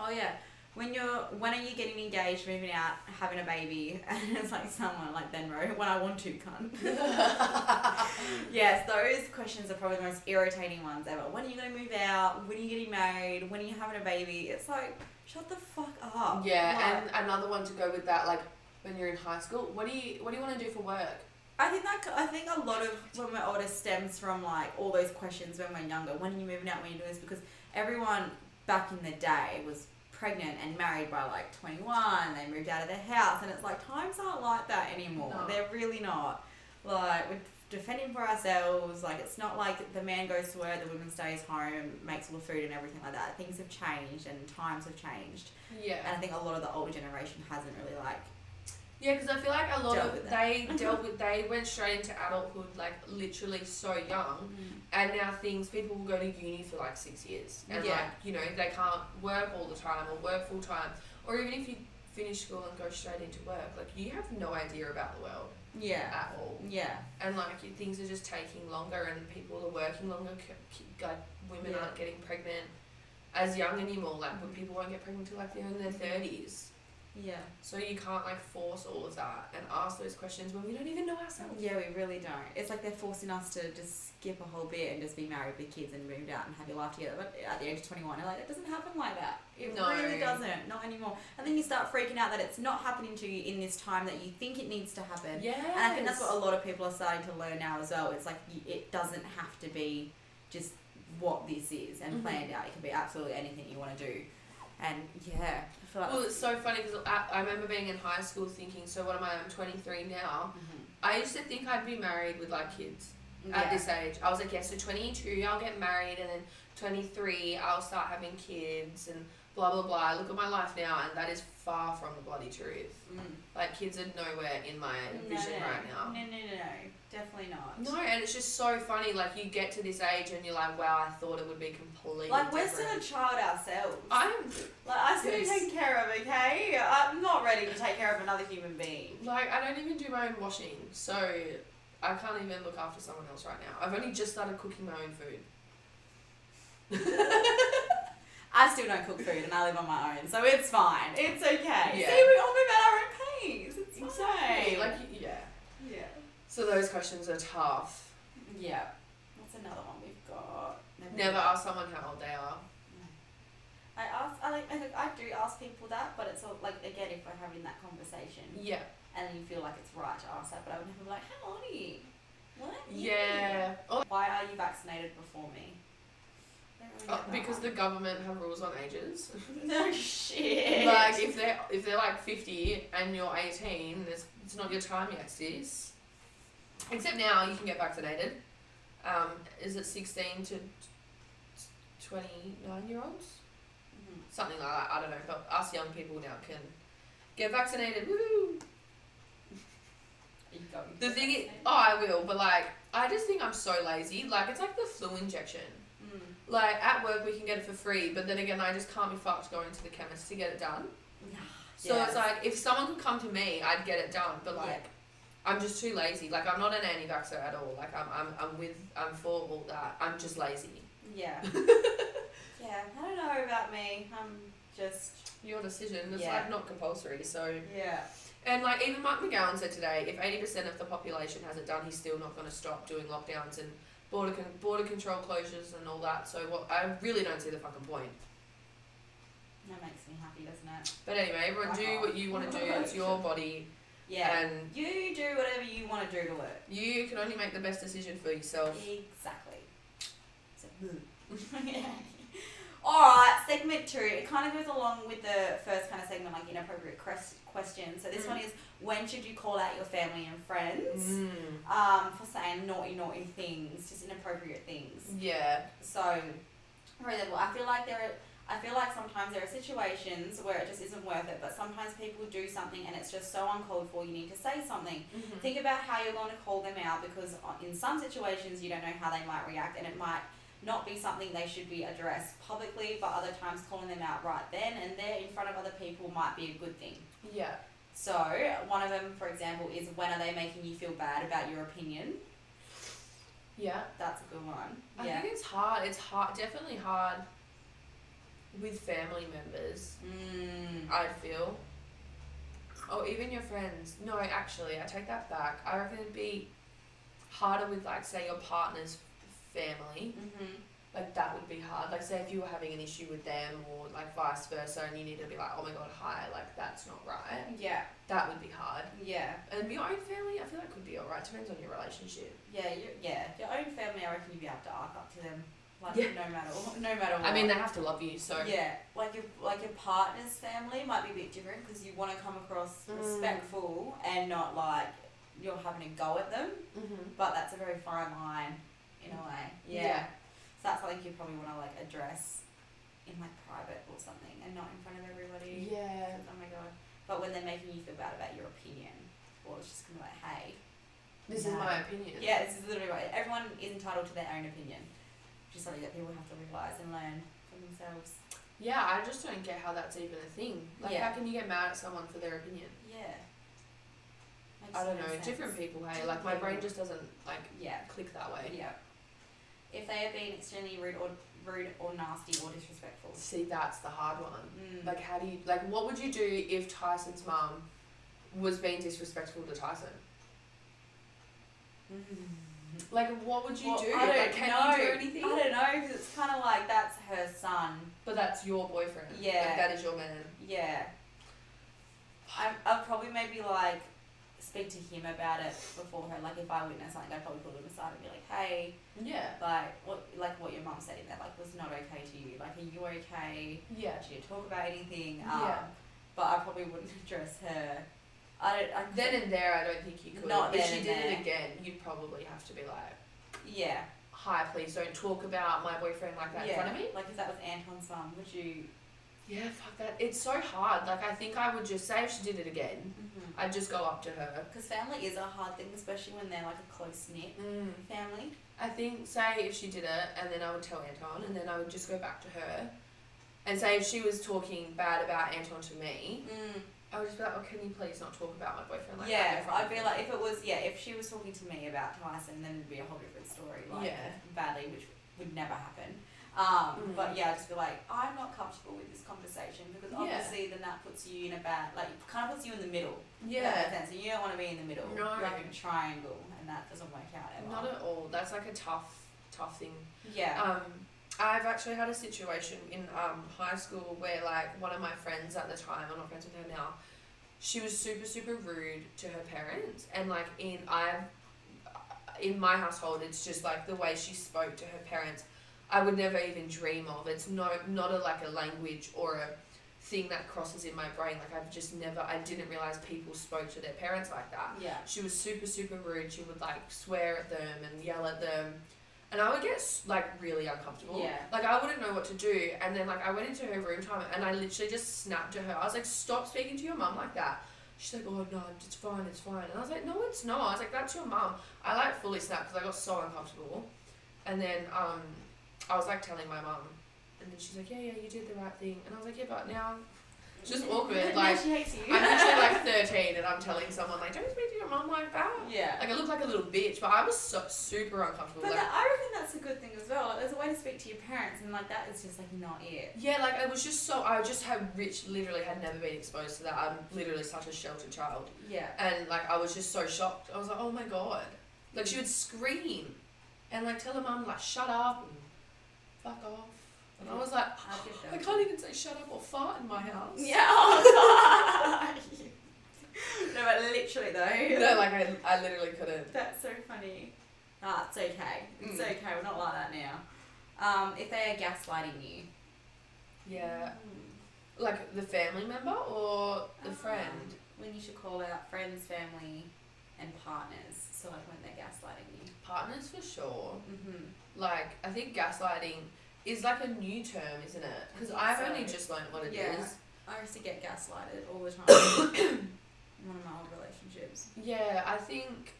[SPEAKER 2] Oh yeah, when you're when are you getting engaged, moving out, having a baby, and it's like someone like then wrote when I want to, cunt. yes, those questions are probably the most irritating ones ever. When are you gonna move out? When are you getting married? When are you having a baby? It's like shut the fuck up.
[SPEAKER 1] Yeah,
[SPEAKER 2] Like,
[SPEAKER 1] and another one to go with that, like when you're in high school, what do you what do you want to do for work?
[SPEAKER 2] I think that I think a lot of when we're older stems from like all those questions when we're younger. When are you moving out? When are you doing this? Because everyone back in the day was pregnant and married by like twenty one. They moved out of their house, and it's like times aren't like that anymore.
[SPEAKER 1] No.
[SPEAKER 2] They're really not. Like we're defending for ourselves. Like it's not like the man goes to work, the woman stays home, makes all the food and everything like that. Things have changed and times have changed, and
[SPEAKER 1] Yeah,
[SPEAKER 2] I think a lot of the older generation hasn't really like
[SPEAKER 1] yeah, because I feel like a lot
[SPEAKER 2] Dealt
[SPEAKER 1] of
[SPEAKER 2] with that.
[SPEAKER 1] they dealt with they went straight into adulthood like literally so young, and now things people will go to uni for like six years, and
[SPEAKER 2] Yeah.
[SPEAKER 1] like you know they can't work all the time or work full time, or even if you finish school and go straight into work, like you have no idea about the world
[SPEAKER 2] yeah
[SPEAKER 1] at all,
[SPEAKER 2] yeah.
[SPEAKER 1] and like you- things are just taking longer, and people are working longer. c- c- Like women
[SPEAKER 2] Yeah. Mm-hmm.
[SPEAKER 1] aren't getting pregnant as young anymore. Like when people won't get pregnant till like they're in their thirties.
[SPEAKER 2] Yeah.
[SPEAKER 1] So you can't like force all of that and ask those questions when we don't even know ourselves.
[SPEAKER 2] Yeah, we really don't. It's like they're forcing us to just skip a whole bit and just be married with kids and moved out and have your life together. But at the age of 21, you're like, it doesn't happen like that. It
[SPEAKER 1] No.
[SPEAKER 2] really doesn't. Not anymore. And then you start freaking out that it's not happening to you in this time that you think it needs to happen.
[SPEAKER 1] Yeah.
[SPEAKER 2] And I think that's what a lot of people are starting to learn now as well. It's like you, it doesn't have to be just what this is and
[SPEAKER 1] Mhm.
[SPEAKER 2] planned out. It can be absolutely anything you want to do. And yeah, I feel like.
[SPEAKER 1] Well, it's so funny because I, I remember being in high school thinking, so what am I? I'm 23 now.
[SPEAKER 2] Mhm.
[SPEAKER 1] I used to think I'd be married with like kids. at
[SPEAKER 2] Yeah.
[SPEAKER 1] this age. I was like, yeah, so 22, I'll get married, and then 23, I'll start having kids, and blah, blah, blah. Look at my life now, and that is far from the bloody truth. Like, kids are nowhere in my vision right now.
[SPEAKER 2] Mm. No, no, no, no. Definitely not.
[SPEAKER 1] No, and it's just so funny. Like, you get to this age, and you're like, wow, I thought it would be completely
[SPEAKER 2] Like, we're still a
[SPEAKER 1] different.
[SPEAKER 2] child ourselves.
[SPEAKER 1] I'm
[SPEAKER 2] Like, I still
[SPEAKER 1] Yes.
[SPEAKER 2] yes. taken care of, okay? I'm not ready to take care of another human being.
[SPEAKER 1] Like I don't even do my own washing, so I can't even look after someone else right now. I've only just started cooking my own food.
[SPEAKER 2] I still don't cook food and I live on my own, so it's fine. It's okay.
[SPEAKER 1] Yeah.
[SPEAKER 2] See, we all move at our own pace. It's fine.
[SPEAKER 1] Like yeah.
[SPEAKER 2] yeah.
[SPEAKER 1] So those questions are tough.
[SPEAKER 2] Yeah. What's another one we've got?
[SPEAKER 1] Never ask someone how old they are.
[SPEAKER 2] I ask. I, like- I, look, I do ask people that, but it's all, like again, if we're having that conversation,
[SPEAKER 1] Yeah.
[SPEAKER 2] and then you feel like it's right to ask that, but I would never be like, "How old are you? What? are you?"
[SPEAKER 1] Yeah. Oh,
[SPEAKER 2] Why are you vaccinated before me? I don't really
[SPEAKER 1] oh,
[SPEAKER 2] get that
[SPEAKER 1] because the
[SPEAKER 2] one.
[SPEAKER 1] government have rules on ages.
[SPEAKER 2] no shit.
[SPEAKER 1] like if they're if they're like fifty and you're eighteen, it's, it's not your time yet, sis. Except now you can get vaccinated. Um, is it sixteen to twenty nine year olds?
[SPEAKER 2] Mhm.
[SPEAKER 1] something like that. I don't know, but us young people now can get vaccinated. Woo!
[SPEAKER 2] Are you going
[SPEAKER 1] The
[SPEAKER 2] to
[SPEAKER 1] thing is,
[SPEAKER 2] vaccinate?
[SPEAKER 1] oh, I will, but like, I just think I'm so lazy. Like, it's like the flu injection.
[SPEAKER 2] Mm.
[SPEAKER 1] Like at work, we can get it for free, but then again, I just can't be fucked going to the chemist to get it done.
[SPEAKER 2] Nah,
[SPEAKER 1] So
[SPEAKER 2] yes.
[SPEAKER 1] it's like if someone could come to me, I'd get it done. But like,
[SPEAKER 2] Yeah.
[SPEAKER 1] I'm just too lazy. Like I'm not an anti-vaxxer at all. Like I'm, I'm, I'm with, I'm for all that. I'm just lazy.
[SPEAKER 2] Yeah. yeah. I don't know about me. I'm just.
[SPEAKER 1] Your decision. It's
[SPEAKER 2] Yeah.
[SPEAKER 1] like not compulsory. So
[SPEAKER 2] Yeah.
[SPEAKER 1] And like even Mark McGowan said today, if eighty percent of the population has it done, he's still not going to stop doing lockdowns and border con- border control closures and all that. So what I really don't see the fucking point.
[SPEAKER 2] That makes me happy, doesn't it?
[SPEAKER 1] But anyway, everyone do what you want to do. It's your body,
[SPEAKER 2] Uh-huh. Yeah.
[SPEAKER 1] and
[SPEAKER 2] you do whatever you want to do to work.
[SPEAKER 1] you can only make the best decision for yourself.
[SPEAKER 2] Exactly. So, Alright, segment two. It kind of goes along with the first kind of segment, like inappropriate quest- questions. So, this
[SPEAKER 1] Mm.
[SPEAKER 2] one is when should you call out your family and friends
[SPEAKER 1] Mm.
[SPEAKER 2] um, for saying naughty, naughty things, just inappropriate things?
[SPEAKER 1] Yeah,
[SPEAKER 2] So, for example, I feel like there are. I feel like sometimes there are situations where it just isn't worth it, but sometimes people do something and it's just so uncalled for. You need to say something.
[SPEAKER 1] Mm-hmm.
[SPEAKER 2] Think about how you're going to call them out because uh, in some situations you don't know how they might react and it might not be something they should be addressed publicly, but other times calling them out right then and there in front of other people might be a good thing.
[SPEAKER 1] yeah,
[SPEAKER 2] So, one of them, for example, is when are they making you feel bad about your opinion?
[SPEAKER 1] yeah.
[SPEAKER 2] That's a good one.
[SPEAKER 1] I
[SPEAKER 2] Yeah.
[SPEAKER 1] think it's hard. It's hard, definitely hard with family members.
[SPEAKER 2] Mm.
[SPEAKER 1] I feel. Or even your friends. No, actually, I take that back. I reckon it'd be harder with, like, say, your partner's family.
[SPEAKER 2] Mm-hmm.
[SPEAKER 1] Like, that would be hard. Like, say, if you were having an issue with them or, like, vice versa, and you need to be like, oh my god, hi, like, that's not right.
[SPEAKER 2] Yeah,
[SPEAKER 1] That would be hard.
[SPEAKER 2] yeah,
[SPEAKER 1] And your own family, I feel like, could be alright. Depends on your relationship.
[SPEAKER 2] yeah, you yeah. Your own family, I reckon you'd be able to arc up to them, like
[SPEAKER 1] Yeah.
[SPEAKER 2] no matter what, no matter what.
[SPEAKER 1] I mean, they have to love you, so.
[SPEAKER 2] Uh-huh. yeah, like your like your partner's family might be a bit different because you want to come across
[SPEAKER 1] Mm.
[SPEAKER 2] respectful and not like you're having a go at them.
[SPEAKER 1] Mm-hmm.
[SPEAKER 2] But that's a very fine line, in a way. Yeah.
[SPEAKER 1] Yeah.
[SPEAKER 2] So that's something you probably want to like address in like private or something, and not in front of everybody.
[SPEAKER 1] Yeah.
[SPEAKER 2] Oh my god. But when they're making you feel bad about your opinion, or it's just kind of like, hey,
[SPEAKER 1] This is
[SPEAKER 2] Yeah.
[SPEAKER 1] my opinion.
[SPEAKER 2] Yeah, this is literally right. Everyone is entitled to their own opinion, which is something that people have to realise and learn for themselves.
[SPEAKER 1] Yeah, I just don't get how that's even a thing. Like,
[SPEAKER 2] Yeah.
[SPEAKER 1] how can you get mad at someone for their opinion?
[SPEAKER 2] Yeah.
[SPEAKER 1] I don't know, different people, hey, like my brain just doesn't like
[SPEAKER 2] Yeah.
[SPEAKER 1] click that way.
[SPEAKER 2] Yeah. If they have been extremely rude or rude or nasty or disrespectful.
[SPEAKER 1] See, that's the hard one.
[SPEAKER 2] Mm.
[SPEAKER 1] Like, how do you like? What would you do if Tyson's mum was being disrespectful to Tyson?
[SPEAKER 2] Mm.
[SPEAKER 1] Like, what would you
[SPEAKER 2] Well,
[SPEAKER 1] do?
[SPEAKER 2] I don't
[SPEAKER 1] like, can
[SPEAKER 2] know.
[SPEAKER 1] you do anything?
[SPEAKER 2] I don't know because it's kind of like that's her son.
[SPEAKER 1] But that's your boyfriend.
[SPEAKER 2] Yeah.
[SPEAKER 1] like, that is your man.
[SPEAKER 2] Yeah. I, I'd probably maybe like speak to him about it before her. Like if I witnessed something, I'd probably pull him aside and be like, "Hey,
[SPEAKER 1] Yeah,
[SPEAKER 2] like what like what your mum said in that like was not okay to you. Like, are you okay?
[SPEAKER 1] yeah.
[SPEAKER 2] Did you talk about anything? Um,
[SPEAKER 1] Yeah.
[SPEAKER 2] But I probably wouldn't address her. I don't. I
[SPEAKER 1] Then and there, I don't think you could.
[SPEAKER 2] Not
[SPEAKER 1] if
[SPEAKER 2] then
[SPEAKER 1] she
[SPEAKER 2] and
[SPEAKER 1] did
[SPEAKER 2] there.
[SPEAKER 1] it again, you'd probably have to be like,
[SPEAKER 2] Yeah.
[SPEAKER 1] hi, please don't talk about my boyfriend like that
[SPEAKER 2] yeah.
[SPEAKER 1] in front of me.
[SPEAKER 2] Like if that was Anton's mum, would you?
[SPEAKER 1] Yeah, fuck that. It's so hard. Like, I think I would just say if she did it again, I'd just go up to her.
[SPEAKER 2] Because family is a hard thing, especially when they're like a close knit
[SPEAKER 1] Mm.
[SPEAKER 2] family.
[SPEAKER 1] I think, say if she did it, and then I would tell Anton, and then I would just go back to her. And say if she was talking bad about Anton to me,
[SPEAKER 2] Mm.
[SPEAKER 1] I would just be like, oh, can you please not talk about my boyfriend like that?
[SPEAKER 2] yeah,
[SPEAKER 1] in front
[SPEAKER 2] I'd
[SPEAKER 1] of
[SPEAKER 2] be
[SPEAKER 1] me?"
[SPEAKER 2] like, if it was, yeah, if she was talking to me about Tyson, then it'd be a whole different story, like
[SPEAKER 1] Yeah.
[SPEAKER 2] badly, which would never happen. Um,
[SPEAKER 1] Mm.
[SPEAKER 2] But yeah, I'd just be like, I'm not comfortable with this conversation because
[SPEAKER 1] Yeah.
[SPEAKER 2] obviously then that puts you in a bad, like, it kind of puts you in the middle. if that
[SPEAKER 1] yeah,
[SPEAKER 2] makes sense. And you don't want to be in the middle.
[SPEAKER 1] No.
[SPEAKER 2] You're like in a triangle, and that doesn't work out ever.
[SPEAKER 1] not at all. That's like a tough, tough thing
[SPEAKER 2] yeah.
[SPEAKER 1] Um, I've actually had a situation in um, high school where like one of my friends at the time, I'm not friends with her now, she was super super rude to her parents and like in I in my household it's just like the way she spoke to her parents I would never even dream of. It's no not a like a language or a thing that crosses in my brain. Like I've just never I didn't realise people spoke to their parents like that
[SPEAKER 2] Oh, yeah.
[SPEAKER 1] she was super super rude she would like swear at them and yell at them and i would get s- like really uncomfortable
[SPEAKER 2] Yeah.
[SPEAKER 1] like i wouldn't know what to do and then like i went into her room time and i literally just snapped at her i was like stop speaking to your mum like that she's like oh no it's fine it's fine and i was like no it's not i was like that's your mum i like fully snapped because i got so uncomfortable and then um i was like telling my mum and then she's like yeah yeah you did the right thing and i was like yeah but now it's just awkward,
[SPEAKER 2] Now
[SPEAKER 1] like,
[SPEAKER 2] she hates you.
[SPEAKER 1] i'm literally like 13 and i'm telling someone like don't speak to your mum like that
[SPEAKER 2] yeah.
[SPEAKER 1] like I looked like a little bitch, but I was so, super uncomfortable.
[SPEAKER 2] But
[SPEAKER 1] like,
[SPEAKER 2] that, I reckon that's a good thing as well. Like, there's a way to speak to your parents, and like that is just like not it.
[SPEAKER 1] yeah, like I was just so I just had rich literally had never been exposed to that. I'm literally such a sheltered child,
[SPEAKER 2] Yeah.
[SPEAKER 1] and like I was just so shocked. I was like, oh my god, like she would scream, and like tell her mum like shut up and fuck off, and I was like,
[SPEAKER 2] I get that.
[SPEAKER 1] I can't even say shut up or fart in my house.
[SPEAKER 2] Yeah. Oh, God. no, but literally though.
[SPEAKER 1] no, like I, I literally couldn't.
[SPEAKER 2] That's so funny. Ah, it's okay. It's
[SPEAKER 1] Mm.
[SPEAKER 2] okay. We're not like that now. Um, if they are gaslighting you. Hmm.
[SPEAKER 1] Yeah, like the family member or the
[SPEAKER 2] Ah.
[SPEAKER 1] friend.
[SPEAKER 2] When you should call out friends, family, and partners. So like when they're gaslighting you.
[SPEAKER 1] Partners for sure.
[SPEAKER 2] Mm-hmm.
[SPEAKER 1] like I think gaslighting is like a new term, isn't it? Because
[SPEAKER 2] I
[SPEAKER 1] I've
[SPEAKER 2] think
[SPEAKER 1] only
[SPEAKER 2] so.
[SPEAKER 1] just learned what it is.
[SPEAKER 2] Yeah. I used to get gaslighted all the time. in one of my old relationships.
[SPEAKER 1] Yeah, I think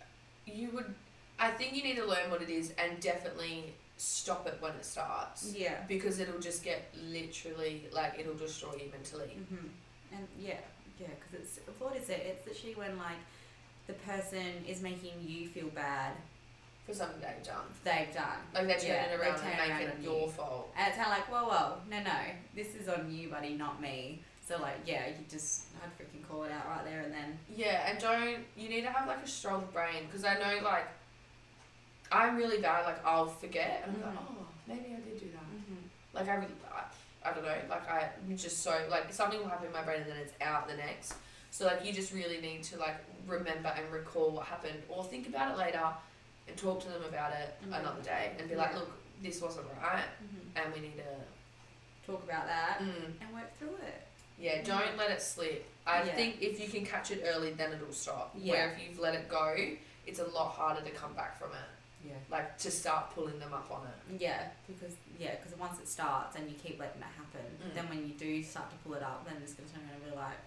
[SPEAKER 1] you would. I think you need to learn what it is and definitely stop it when it starts
[SPEAKER 2] Yeah.
[SPEAKER 1] because it'll just get literally like it'll destroy you mentally.
[SPEAKER 2] hmm And yeah, yeah, because it's what is it? It's literally when like the person is making you feel bad.
[SPEAKER 1] For something they've done,
[SPEAKER 2] They've done.
[SPEAKER 1] like they turn
[SPEAKER 2] Yeah,
[SPEAKER 1] it
[SPEAKER 2] they
[SPEAKER 1] around
[SPEAKER 2] turn
[SPEAKER 1] and
[SPEAKER 2] around
[SPEAKER 1] make
[SPEAKER 2] on
[SPEAKER 1] it
[SPEAKER 2] you.
[SPEAKER 1] your fault.
[SPEAKER 2] And it's kind of like, whoa, whoa, no, no, this is on you, buddy, not me. So like, yeah, you just I'd freaking call it out right there and then.
[SPEAKER 1] Yeah, and don't you need to have like a strong brain because I know like I'm really bad. Like I'll forget and I'm like,
[SPEAKER 2] Mhm.
[SPEAKER 1] oh, maybe I did do that.
[SPEAKER 2] Mm-hmm.
[SPEAKER 1] Like I, really- I, I don't know. Like I, am just so like something will happen in my brain and then it's out the next. So like you just really need to like remember and recall what happened or think about it later, and talk to them about it
[SPEAKER 2] Mhm.
[SPEAKER 1] another day and be like,
[SPEAKER 2] Yeah.
[SPEAKER 1] look, this wasn't right, and we need to.
[SPEAKER 2] Talk about that
[SPEAKER 1] Mm.
[SPEAKER 2] and work through it.
[SPEAKER 1] Yeah, don't let it slip. I
[SPEAKER 2] mm-hmm. Yeah.
[SPEAKER 1] think if you can catch it early, then it'll stop.
[SPEAKER 2] Yeah.
[SPEAKER 1] Where if you've let it go, it's a lot harder to come back from it.
[SPEAKER 2] Yeah.
[SPEAKER 1] Like to start pulling them up on it.
[SPEAKER 2] Yeah, because yeah, because once it starts and you keep letting it happen,
[SPEAKER 1] Mm.
[SPEAKER 2] then when you do start to pull it up, then it's gonna turn around and be like,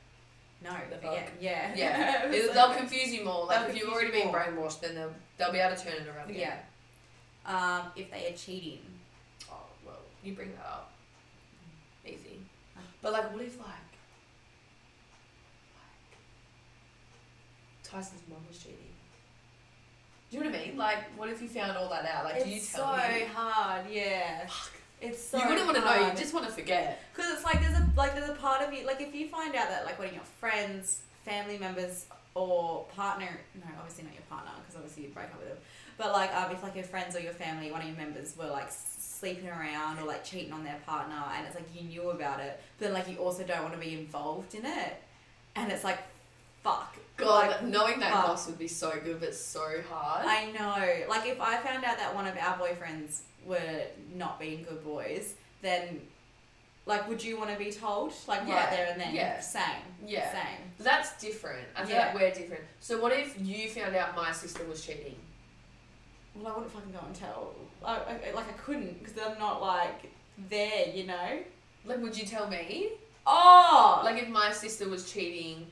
[SPEAKER 2] no,
[SPEAKER 1] The
[SPEAKER 2] but yeah,
[SPEAKER 1] fuck?
[SPEAKER 2] yeah,
[SPEAKER 1] Yeah,
[SPEAKER 2] It's
[SPEAKER 1] It-
[SPEAKER 2] like-
[SPEAKER 1] they'll confuse you more. Like
[SPEAKER 2] They'll
[SPEAKER 1] if you've
[SPEAKER 2] confuse
[SPEAKER 1] already
[SPEAKER 2] you
[SPEAKER 1] been
[SPEAKER 2] more.
[SPEAKER 1] brainwashed, then they'll they'll be able to turn it around. Again.
[SPEAKER 2] Yeah. Um, if they are cheating.
[SPEAKER 1] Oh well, you bring that up. Easy. But like, what if like, like Tyson's mom was cheating? Do you know what I mean? Like, what if you found all that out? Like, do you
[SPEAKER 2] it's so
[SPEAKER 1] tell me?
[SPEAKER 2] hard, yeah. It's so
[SPEAKER 1] you wouldn't want to know. You
[SPEAKER 2] hard.
[SPEAKER 1] just want to forget.
[SPEAKER 2] Because it's like there's a like there's a part of you like if you find out that like one of your friends, family members, or partner no obviously not your partner because obviously you break up with them, but like um if like your friends or your family one of your members were like s- sleeping around or like cheating on their partner and it's like you knew about it but then like you also don't want to be involved in it and it's like fuck
[SPEAKER 1] God,
[SPEAKER 2] Like,
[SPEAKER 1] knowing that
[SPEAKER 2] fuck.
[SPEAKER 1] boss would be so good, but so hard.
[SPEAKER 2] I know. Like, if I found out that one of our boyfriends were not being good boys, then, like, would you want to be told? Like,
[SPEAKER 1] Yeah,
[SPEAKER 2] right there and then?
[SPEAKER 1] yeah.
[SPEAKER 2] Same.
[SPEAKER 1] yeah,
[SPEAKER 2] Same.
[SPEAKER 1] that's different. I feel
[SPEAKER 2] Yeah.
[SPEAKER 1] like we're different. So, what if you found out my sister was cheating?
[SPEAKER 2] well, I wouldn't fucking go and tell. I, I, like, I couldn't because I'm not like there, you know.
[SPEAKER 1] Like, would you tell me?
[SPEAKER 2] Oh, like
[SPEAKER 1] Like, if my sister was cheating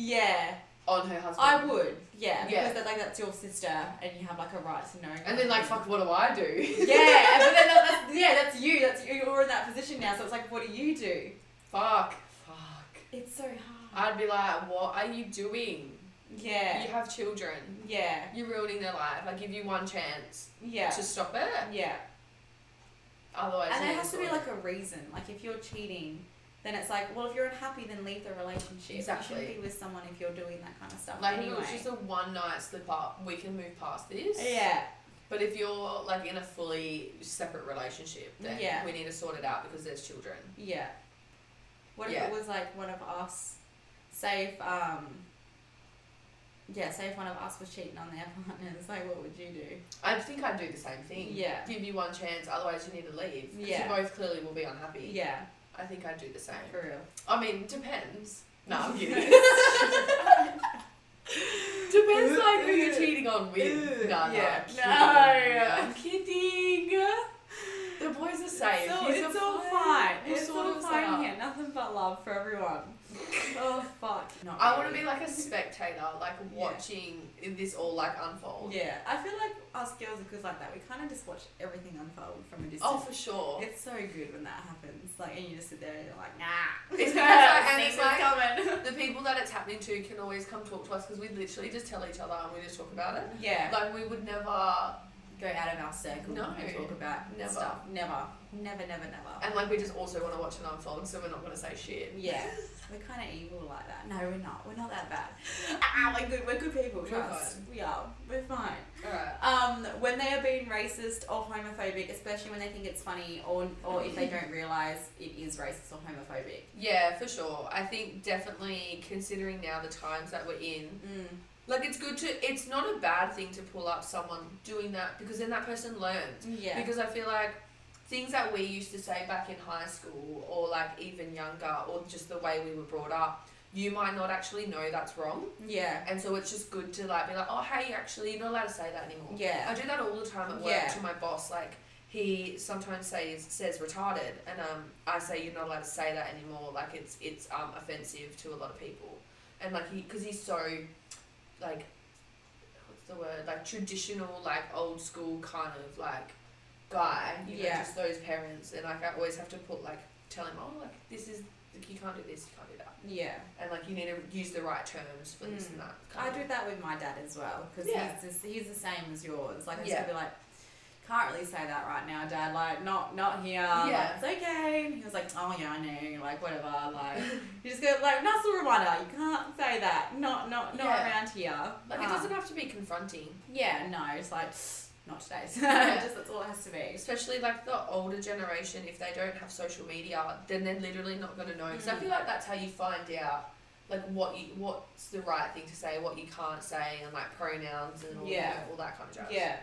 [SPEAKER 2] yeah,
[SPEAKER 1] on her husband,
[SPEAKER 2] I would. Yeah, because
[SPEAKER 1] Yeah.
[SPEAKER 2] that, like that's your sister, and you have like a right to know.
[SPEAKER 1] And then, like, fuck, what do I do?
[SPEAKER 2] Yeah, but then that, that's yeah, that's you. That's you. You're in that position now, so it's like, what do you do?
[SPEAKER 1] fuck, fuck.
[SPEAKER 2] It's so hard.
[SPEAKER 1] I'd be like, what are you doing?
[SPEAKER 2] yeah,
[SPEAKER 1] You have children.
[SPEAKER 2] yeah,
[SPEAKER 1] You're ruining their life. I give you one chance
[SPEAKER 2] yeah,
[SPEAKER 1] to stop it.
[SPEAKER 2] yeah.
[SPEAKER 1] Otherwise,
[SPEAKER 2] And
[SPEAKER 1] you're
[SPEAKER 2] there has to be
[SPEAKER 1] sort of-
[SPEAKER 2] like a reason. Like if you're cheating, then it's like, well, if you're unhappy, then leave the relationship. You
[SPEAKER 1] Exactly.
[SPEAKER 2] shouldn't be with someone if you're doing that kind of stuff.
[SPEAKER 1] like if it
[SPEAKER 2] anyway.
[SPEAKER 1] was just a one night slip up, we can move past this.
[SPEAKER 2] yeah,
[SPEAKER 1] But if you're like in a fully separate relationship, then
[SPEAKER 2] Yeah.
[SPEAKER 1] we need to sort it out because there's children.
[SPEAKER 2] yeah. What if
[SPEAKER 1] Yeah.
[SPEAKER 2] it was like one of us? Say if um. Yeah, say if one of us was cheating on their partners, like what would you do?
[SPEAKER 1] I think I'd do the same thing.
[SPEAKER 2] Yeah.
[SPEAKER 1] Give you one chance, otherwise you need to leave. 'cause
[SPEAKER 2] Yeah.
[SPEAKER 1] You both clearly will be unhappy.
[SPEAKER 2] Yeah,
[SPEAKER 1] I think I'd do the same.
[SPEAKER 2] for real.
[SPEAKER 1] I mean, depends. No, I'm kidding.
[SPEAKER 2] Depends
[SPEAKER 1] depends like who you're cheating on with.
[SPEAKER 2] Ew.
[SPEAKER 1] No, no,
[SPEAKER 2] Uh, Yeah.
[SPEAKER 1] I'm kidding. I'm
[SPEAKER 2] No.
[SPEAKER 1] kidding. The boys are safe.
[SPEAKER 2] So
[SPEAKER 1] He's
[SPEAKER 2] it's
[SPEAKER 1] a
[SPEAKER 2] all
[SPEAKER 1] fine.
[SPEAKER 2] fine.
[SPEAKER 1] We'll
[SPEAKER 2] It's
[SPEAKER 1] sort
[SPEAKER 2] all
[SPEAKER 1] this
[SPEAKER 2] fine
[SPEAKER 1] out.
[SPEAKER 2] here. Nothing but love for everyone. oh fuck. Not
[SPEAKER 1] I want to
[SPEAKER 2] really.
[SPEAKER 1] be like a spectator, like watching this all like unfold.
[SPEAKER 2] Yeah, I feel like us girls are good like that. We kind of just watch everything unfold from a distance.
[SPEAKER 1] Oh, for sure.
[SPEAKER 2] It's so good when that happens. Like, and you just sit there and you're like, nah.
[SPEAKER 1] It's because, like, and it's
[SPEAKER 2] This is
[SPEAKER 1] like-
[SPEAKER 2] coming.
[SPEAKER 1] the people that it's happening to can always come talk to us because we literally just tell each other and we just talk about it.
[SPEAKER 2] yeah.
[SPEAKER 1] Like we would never,
[SPEAKER 2] Go out of our circle
[SPEAKER 1] No.
[SPEAKER 2] and talk about
[SPEAKER 1] Never.
[SPEAKER 2] stuff. Never. Never. Never. Never.
[SPEAKER 1] and like we just also want to watch it unfold, so we're not going to say shit.
[SPEAKER 2] Yeah, we're kind of evil like that. No, we're not. We're not that bad. Ah, we're good. We're good people.
[SPEAKER 1] We're
[SPEAKER 2] Trust. We are. We're fine.
[SPEAKER 1] All right.
[SPEAKER 2] Um, when they are being racist or homophobic, especially when they think it's funny, or or if they don't realize it is racist or homophobic.
[SPEAKER 1] Yeah, for sure. I think definitely considering now the times that we're in,
[SPEAKER 2] Mm.
[SPEAKER 1] like it's good to. It's not a bad thing to pull up someone doing that because then that person learns.
[SPEAKER 2] Yeah.
[SPEAKER 1] Because I feel like things that we used to say back in high school or like even younger or just the way we were brought up, you might not actually know that's wrong.
[SPEAKER 2] yeah.
[SPEAKER 1] And so it's just good to like be like, oh hey, actually you're not allowed to say that anymore. I
[SPEAKER 2] Yeah.
[SPEAKER 1] do that all the time at work
[SPEAKER 2] Yeah.
[SPEAKER 1] to my boss. Like he sometimes says says retarded, and um, I say you're not allowed to say that anymore. Like it's it's um offensive to a lot of people, and like he because he's so like what's the word like traditional like old school kind of like guy. You
[SPEAKER 2] Yeah.
[SPEAKER 1] know, just those parents, and like I always have to put like tell him oh like this is like, you can't do this, you can't do that,
[SPEAKER 2] Yeah.
[SPEAKER 1] and like you need to use the right terms for this
[SPEAKER 2] Mm.
[SPEAKER 1] and that.
[SPEAKER 2] I
[SPEAKER 1] kind
[SPEAKER 2] do that with my dad as well because
[SPEAKER 1] Yeah.
[SPEAKER 2] he's just, he's the same as yours. Like I just
[SPEAKER 1] Yeah.
[SPEAKER 2] could be like, can't really say that right now, Dad. Like not not here. Like,
[SPEAKER 1] Yeah.
[SPEAKER 2] it's okay. And he was like, oh yeah, I know. Like whatever. Like you just go like nice little reminder. You can't say that. Not not not
[SPEAKER 1] Yeah.
[SPEAKER 2] around here.
[SPEAKER 1] Like it
[SPEAKER 2] Um,
[SPEAKER 1] doesn't have to be confronting.
[SPEAKER 2] Yeah. No. It's like not today.
[SPEAKER 1] Yeah.
[SPEAKER 2] just that's all it has to be.
[SPEAKER 1] especially like the older generation if they don't have social media then they're literally not going to know because i feel like that's how you find out like what you what's the right thing to say what you can't say and like pronouns and all,
[SPEAKER 2] Yeah.
[SPEAKER 1] all that kind of jazz
[SPEAKER 2] Yeah.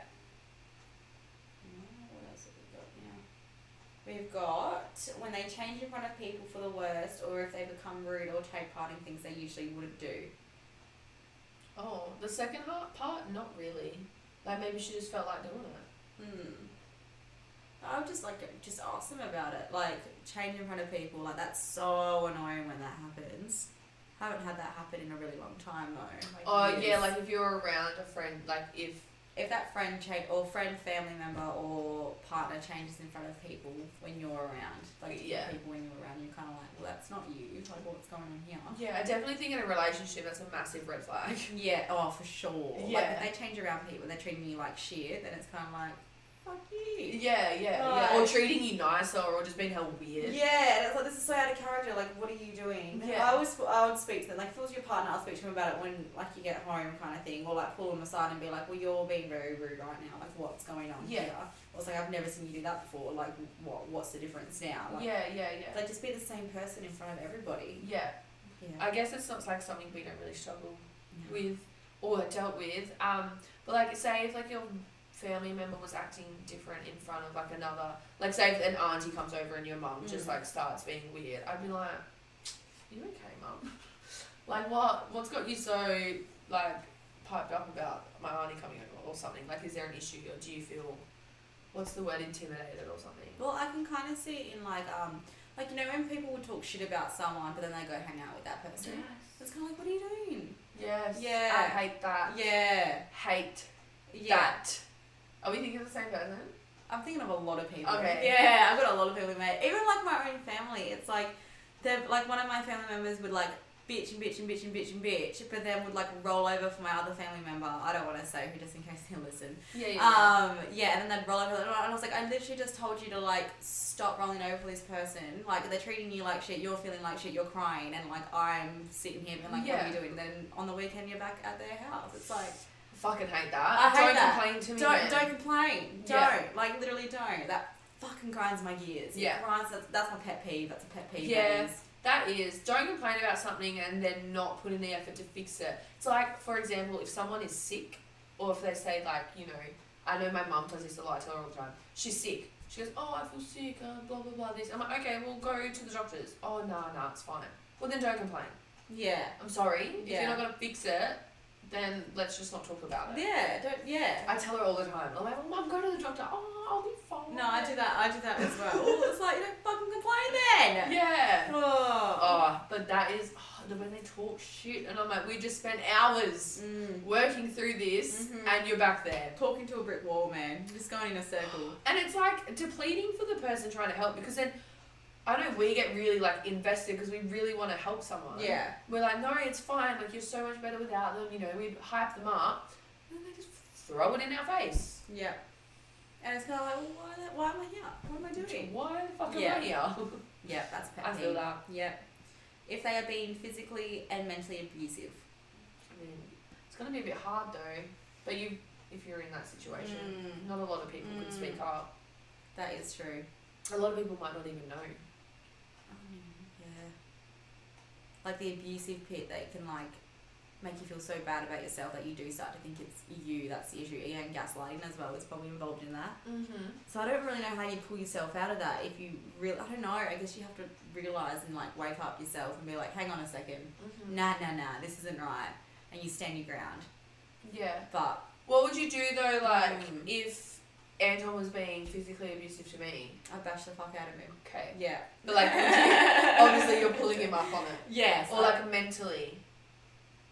[SPEAKER 2] Mm, What else have we got now? We've got when they change in front of people for the worst, or if they become rude or take part in things they usually wouldn't do.
[SPEAKER 1] oh the second heart part not really like maybe she just felt like doing it
[SPEAKER 2] Hmm. I would just like just ask them about it, like change in front of people. Like that's so annoying when that happens. Haven't had that happen in a really long time though. Like,
[SPEAKER 1] oh yeah
[SPEAKER 2] years.
[SPEAKER 1] like if you're around a friend like if
[SPEAKER 2] if that friend change or friend, family member, or partner changes in front of people when you're around, like different
[SPEAKER 1] Yeah.
[SPEAKER 2] people when you're around, you're kind of like, well, that's not you. Like, what's going on here?
[SPEAKER 1] yeah i definitely think in a relationship that's a massive red flag
[SPEAKER 2] Yeah. Oh, for sure.
[SPEAKER 1] Yeah.
[SPEAKER 2] Like if they change around people, they're treating you like shit. Then it's kind of like, fuck you.
[SPEAKER 1] yeah yeah, yeah. or
[SPEAKER 2] Right.
[SPEAKER 1] treating you nicer or just being held weird
[SPEAKER 2] Yeah, and it's like this is so out of character. Like, what are you doing?
[SPEAKER 1] Yeah.
[SPEAKER 2] I always I would speak to them. Like, if it was your partner, I'll speak to them about it when like you get home, kind of thing, or like pull them aside and be like, "Well, you're being very rude right now. Like, what's going on
[SPEAKER 1] Yeah.
[SPEAKER 2] here?" Or it's like, "I've never seen you do that before. Like, what? What's the difference now?" Like,
[SPEAKER 1] yeah yeah yeah
[SPEAKER 2] like just be the same person in front of everybody.
[SPEAKER 1] yeah
[SPEAKER 2] Yeah.
[SPEAKER 1] I guess it's not like something we don't really struggle with or dealt with. Um, but like say if like your family member was acting different in front of like another, like say if an auntie comes over and your mum just
[SPEAKER 2] Mm.
[SPEAKER 1] like starts being weird, I'd be like, "You okay, mum? like what? What's got you so like piped up about my auntie coming over or something? Like, is there an issue or do you feel, what's the word, intimidated or something?
[SPEAKER 2] Well, I can kind of see it in like, um, like you know when people would talk shit about someone, but then they go hang out with that person. It's kind of like, what are you doing?
[SPEAKER 1] Yes.
[SPEAKER 2] Yeah.
[SPEAKER 1] I hate that.
[SPEAKER 2] Yeah,
[SPEAKER 1] Hate
[SPEAKER 2] yeah.
[SPEAKER 1] that. Are we thinking of the same person?
[SPEAKER 2] I'm thinking of a lot of people.
[SPEAKER 1] Okay.
[SPEAKER 2] Yeah, I've got a lot of people in my even like my own family. It's like they're like one of my family members would like bitch and bitch and bitch and bitch and bitch, but then would like roll over for my other family member. I don't want to say who, just in case they listen.
[SPEAKER 1] Yeah, yeah.
[SPEAKER 2] Um, yeah, and then they'd roll over, and I was like, I literally just told you to like stop rolling over for this person. Like they're treating you like shit. You're feeling like shit. You're crying, and like I'm sitting here being like, what are
[SPEAKER 1] Yeah.
[SPEAKER 2] you doing? then on the weekend you're back at their house. It's like.
[SPEAKER 1] fucking hate that.
[SPEAKER 2] I hate
[SPEAKER 1] don't
[SPEAKER 2] that.
[SPEAKER 1] complain to me.
[SPEAKER 2] Don't
[SPEAKER 1] then.
[SPEAKER 2] don't complain. Don't
[SPEAKER 1] Yeah.
[SPEAKER 2] like literally don't. That fucking grinds my gears. It
[SPEAKER 1] Yeah.
[SPEAKER 2] grinds. That's, that's my pet peeve. That's a pet peeve.
[SPEAKER 1] Yeah.
[SPEAKER 2] that is.
[SPEAKER 1] That is, don't complain about something and then not put in the effort to fix it. It's like, for example, if someone is sick, or if they say, like, you know, I know my mum does this a lot, I tell her all the time, she's sick. She goes, oh, I feel sick, uh, blah, blah, blah, this. I'm like, okay, well, go to the doctors. Oh, nah, nah, it's fine. Well, then don't complain.
[SPEAKER 2] Yeah.
[SPEAKER 1] I'm sorry. If
[SPEAKER 2] Yeah.
[SPEAKER 1] you're not going to fix it, then let's just not talk about it.
[SPEAKER 2] Yeah. Don't. Yeah.
[SPEAKER 1] I tell her all the time, I'm like, well, mum, go to the doctor. Oh, I'll be fine.
[SPEAKER 2] no, I do that. I do that as well. oh, it's like you don't fucking complain then.
[SPEAKER 1] Yeah.
[SPEAKER 2] Oh.
[SPEAKER 1] Oh, but that is oh, the- when they talk shit, and I'm like, we just spent hours
[SPEAKER 2] Mm.
[SPEAKER 1] working through this,
[SPEAKER 2] Mhm.
[SPEAKER 1] and you're back there.
[SPEAKER 2] Talking to a brick wall, man. Just going in a circle.
[SPEAKER 1] And it's like depleting for the person trying to help because then I know we get really like invested because we really want to help someone.
[SPEAKER 2] yeah.
[SPEAKER 1] We're like, no, it's fine. Like you're so much better without them. You know, we hype them up, and then they just throw it in our face.
[SPEAKER 2] Yeah. And it's kind of like, well, why, the- why am I here? What am I doing?
[SPEAKER 1] Why the fuck am
[SPEAKER 2] Yeah.
[SPEAKER 1] I here?
[SPEAKER 2] Yeah, that's a pet
[SPEAKER 1] I
[SPEAKER 2] peeve.
[SPEAKER 1] feel that.
[SPEAKER 2] Yep. If they are being physically and mentally abusive.
[SPEAKER 1] I mean, it's gonna be a bit hard though. But you, if you're in that situation,
[SPEAKER 2] Mm.
[SPEAKER 1] not a lot of people can
[SPEAKER 2] Mm.
[SPEAKER 1] speak up.
[SPEAKER 2] That is true.
[SPEAKER 1] A lot of people might not even know.
[SPEAKER 2] Yeah. Like the abusive pit that can like make you feel so bad about yourself that you do start to think it's you that's the issue. Yeah, and gaslighting as well is probably involved in that.
[SPEAKER 1] Mm-hmm.
[SPEAKER 2] So I don't really know how you pull yourself out of that if you really, I don't know, I guess you have to realise and like wake up yourself and be like, hang on a second,
[SPEAKER 1] Mm-hmm.
[SPEAKER 2] nah, nah, nah, this isn't right. And you stand your ground.
[SPEAKER 1] Yeah.
[SPEAKER 2] But
[SPEAKER 1] What would you do though, like
[SPEAKER 2] Mm.
[SPEAKER 1] if Anton was being physically abusive to me?
[SPEAKER 2] I bash the fuck out of him.
[SPEAKER 1] Okay.
[SPEAKER 2] Yeah.
[SPEAKER 1] But like, would you- obviously you're pulling him up on it,
[SPEAKER 2] Yes.
[SPEAKER 1] or like mentally.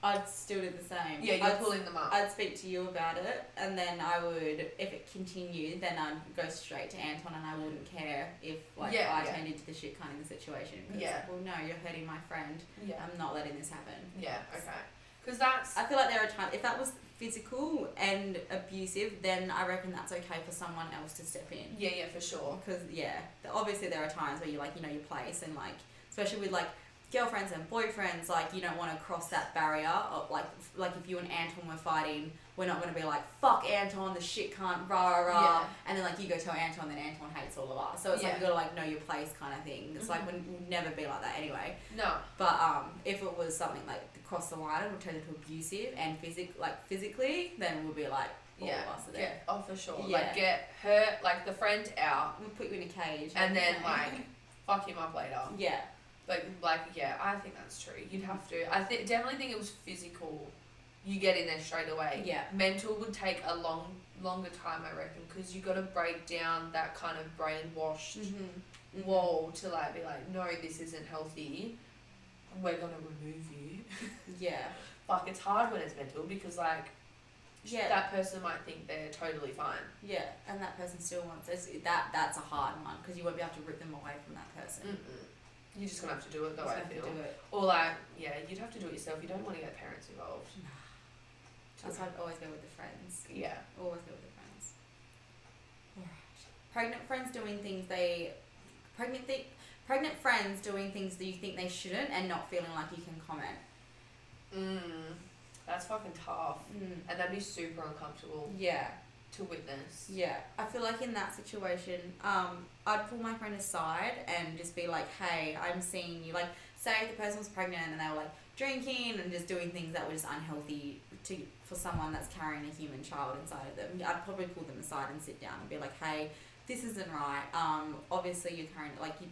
[SPEAKER 2] I'd still do the same.
[SPEAKER 1] Yeah, you're
[SPEAKER 2] I'd
[SPEAKER 1] pulling them up.
[SPEAKER 2] I'd speak to you about it, and then I would, if it continued, then I'd go straight to Anton, and I wouldn't care if like
[SPEAKER 1] Yeah,
[SPEAKER 2] I
[SPEAKER 1] yeah.
[SPEAKER 2] turned into the shit kind of the situation. 'Cause,
[SPEAKER 1] Yeah.
[SPEAKER 2] Well, no, you're hurting my friend.
[SPEAKER 1] Yeah.
[SPEAKER 2] I'm not letting this happen.
[SPEAKER 1] Yeah. Okay. Because that's
[SPEAKER 2] I feel like there are times if that was physical and abusive, then I reckon that's okay for someone else to step in.
[SPEAKER 1] yeah, yeah, for sure.
[SPEAKER 2] Because yeah, th- obviously there are times where you like you know your place and like especially with like girlfriends and boyfriends like you don't want to cross that barrier of like f- like if you and Anton were fighting we're not going to be like fuck Anton the shit can't rah rah rah
[SPEAKER 1] Yeah.
[SPEAKER 2] and then like you go tell Anton then Anton hates all of us so it's like
[SPEAKER 1] Yeah. Mm-hmm.
[SPEAKER 2] you gotta like know your place kind of thing it's like we'll we'll never be like that anyway
[SPEAKER 1] No.
[SPEAKER 2] but um if it was something like across the line it would turn into abusive and physic like physically then we'll be like all
[SPEAKER 1] Yeah.
[SPEAKER 2] of us are
[SPEAKER 1] Get
[SPEAKER 2] there
[SPEAKER 1] oh for sure.
[SPEAKER 2] Yeah.
[SPEAKER 1] Like get hurt, like the friend out,
[SPEAKER 2] we'll put you in a cage
[SPEAKER 1] and then like fuck him up later.
[SPEAKER 2] yeah
[SPEAKER 1] But like, yeah, I think that's true. You'd have to. I th- definitely think it was physical. You get in there straight away.
[SPEAKER 2] Yeah.
[SPEAKER 1] Mental would take a long, longer time, I reckon, because you got to break down that kind of brainwashed
[SPEAKER 2] Mm-hmm.
[SPEAKER 1] wall to like be like, no, this isn't healthy. We're gonna remove you.
[SPEAKER 2] Yeah.
[SPEAKER 1] Like it's hard when it's mental because like
[SPEAKER 2] Yeah.
[SPEAKER 1] that person might think they're totally fine.
[SPEAKER 2] yeah. And that person still wants this. That that's a hard one because you won't be able to rip them away from that person.
[SPEAKER 1] Mm-mm. You're just gonna have to do it though. Mm. I
[SPEAKER 2] Mm-hmm. Just have to
[SPEAKER 1] feel.
[SPEAKER 2] do it.
[SPEAKER 1] Or like, yeah, you'd have to do it yourself. You don't want to get parents involved.
[SPEAKER 2] That's why I always go with the friends.
[SPEAKER 1] Yeah.
[SPEAKER 2] Always go with the friends. Alright. Pregnant friends doing things they, pregnant thi- pregnant friends doing things that you think they shouldn't and not feeling like you can comment.
[SPEAKER 1] Mm, that's fucking tough.
[SPEAKER 2] Mm.
[SPEAKER 1] And that'd be super uncomfortable
[SPEAKER 2] Yeah.
[SPEAKER 1] to witness.
[SPEAKER 2] Yeah, I feel like in that situation, um, I'd pull my friend aside and just be like, "Hey, I'm seeing you." Like, say if the person was pregnant and they were like drinking and just doing things that were just unhealthy to for someone that's carrying a human child inside of them, I'd probably pull them aside and sit down and be like, "Hey, this isn't right. Um, obviously you're carrying like you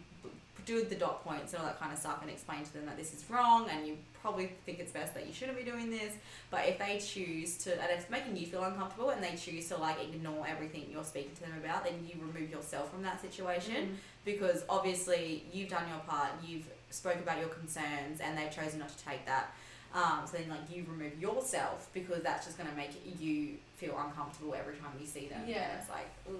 [SPEAKER 2] do the dot points and all that kind of stuff and explain to them that this is wrong and you probably think it's best that you shouldn't be doing this. But if they choose to, and if it's making you feel uncomfortable and they choose to like ignore everything you're speaking to them about, then you remove yourself from that
[SPEAKER 1] Mm-hmm.
[SPEAKER 2] situation because obviously you've done your part, you've spoke about your concerns, and they've chosen not to take that. Um, so then, like, you remove yourself because that's just going to make you feel uncomfortable every time you see them.
[SPEAKER 1] Yeah.
[SPEAKER 2] And it's like, ooh.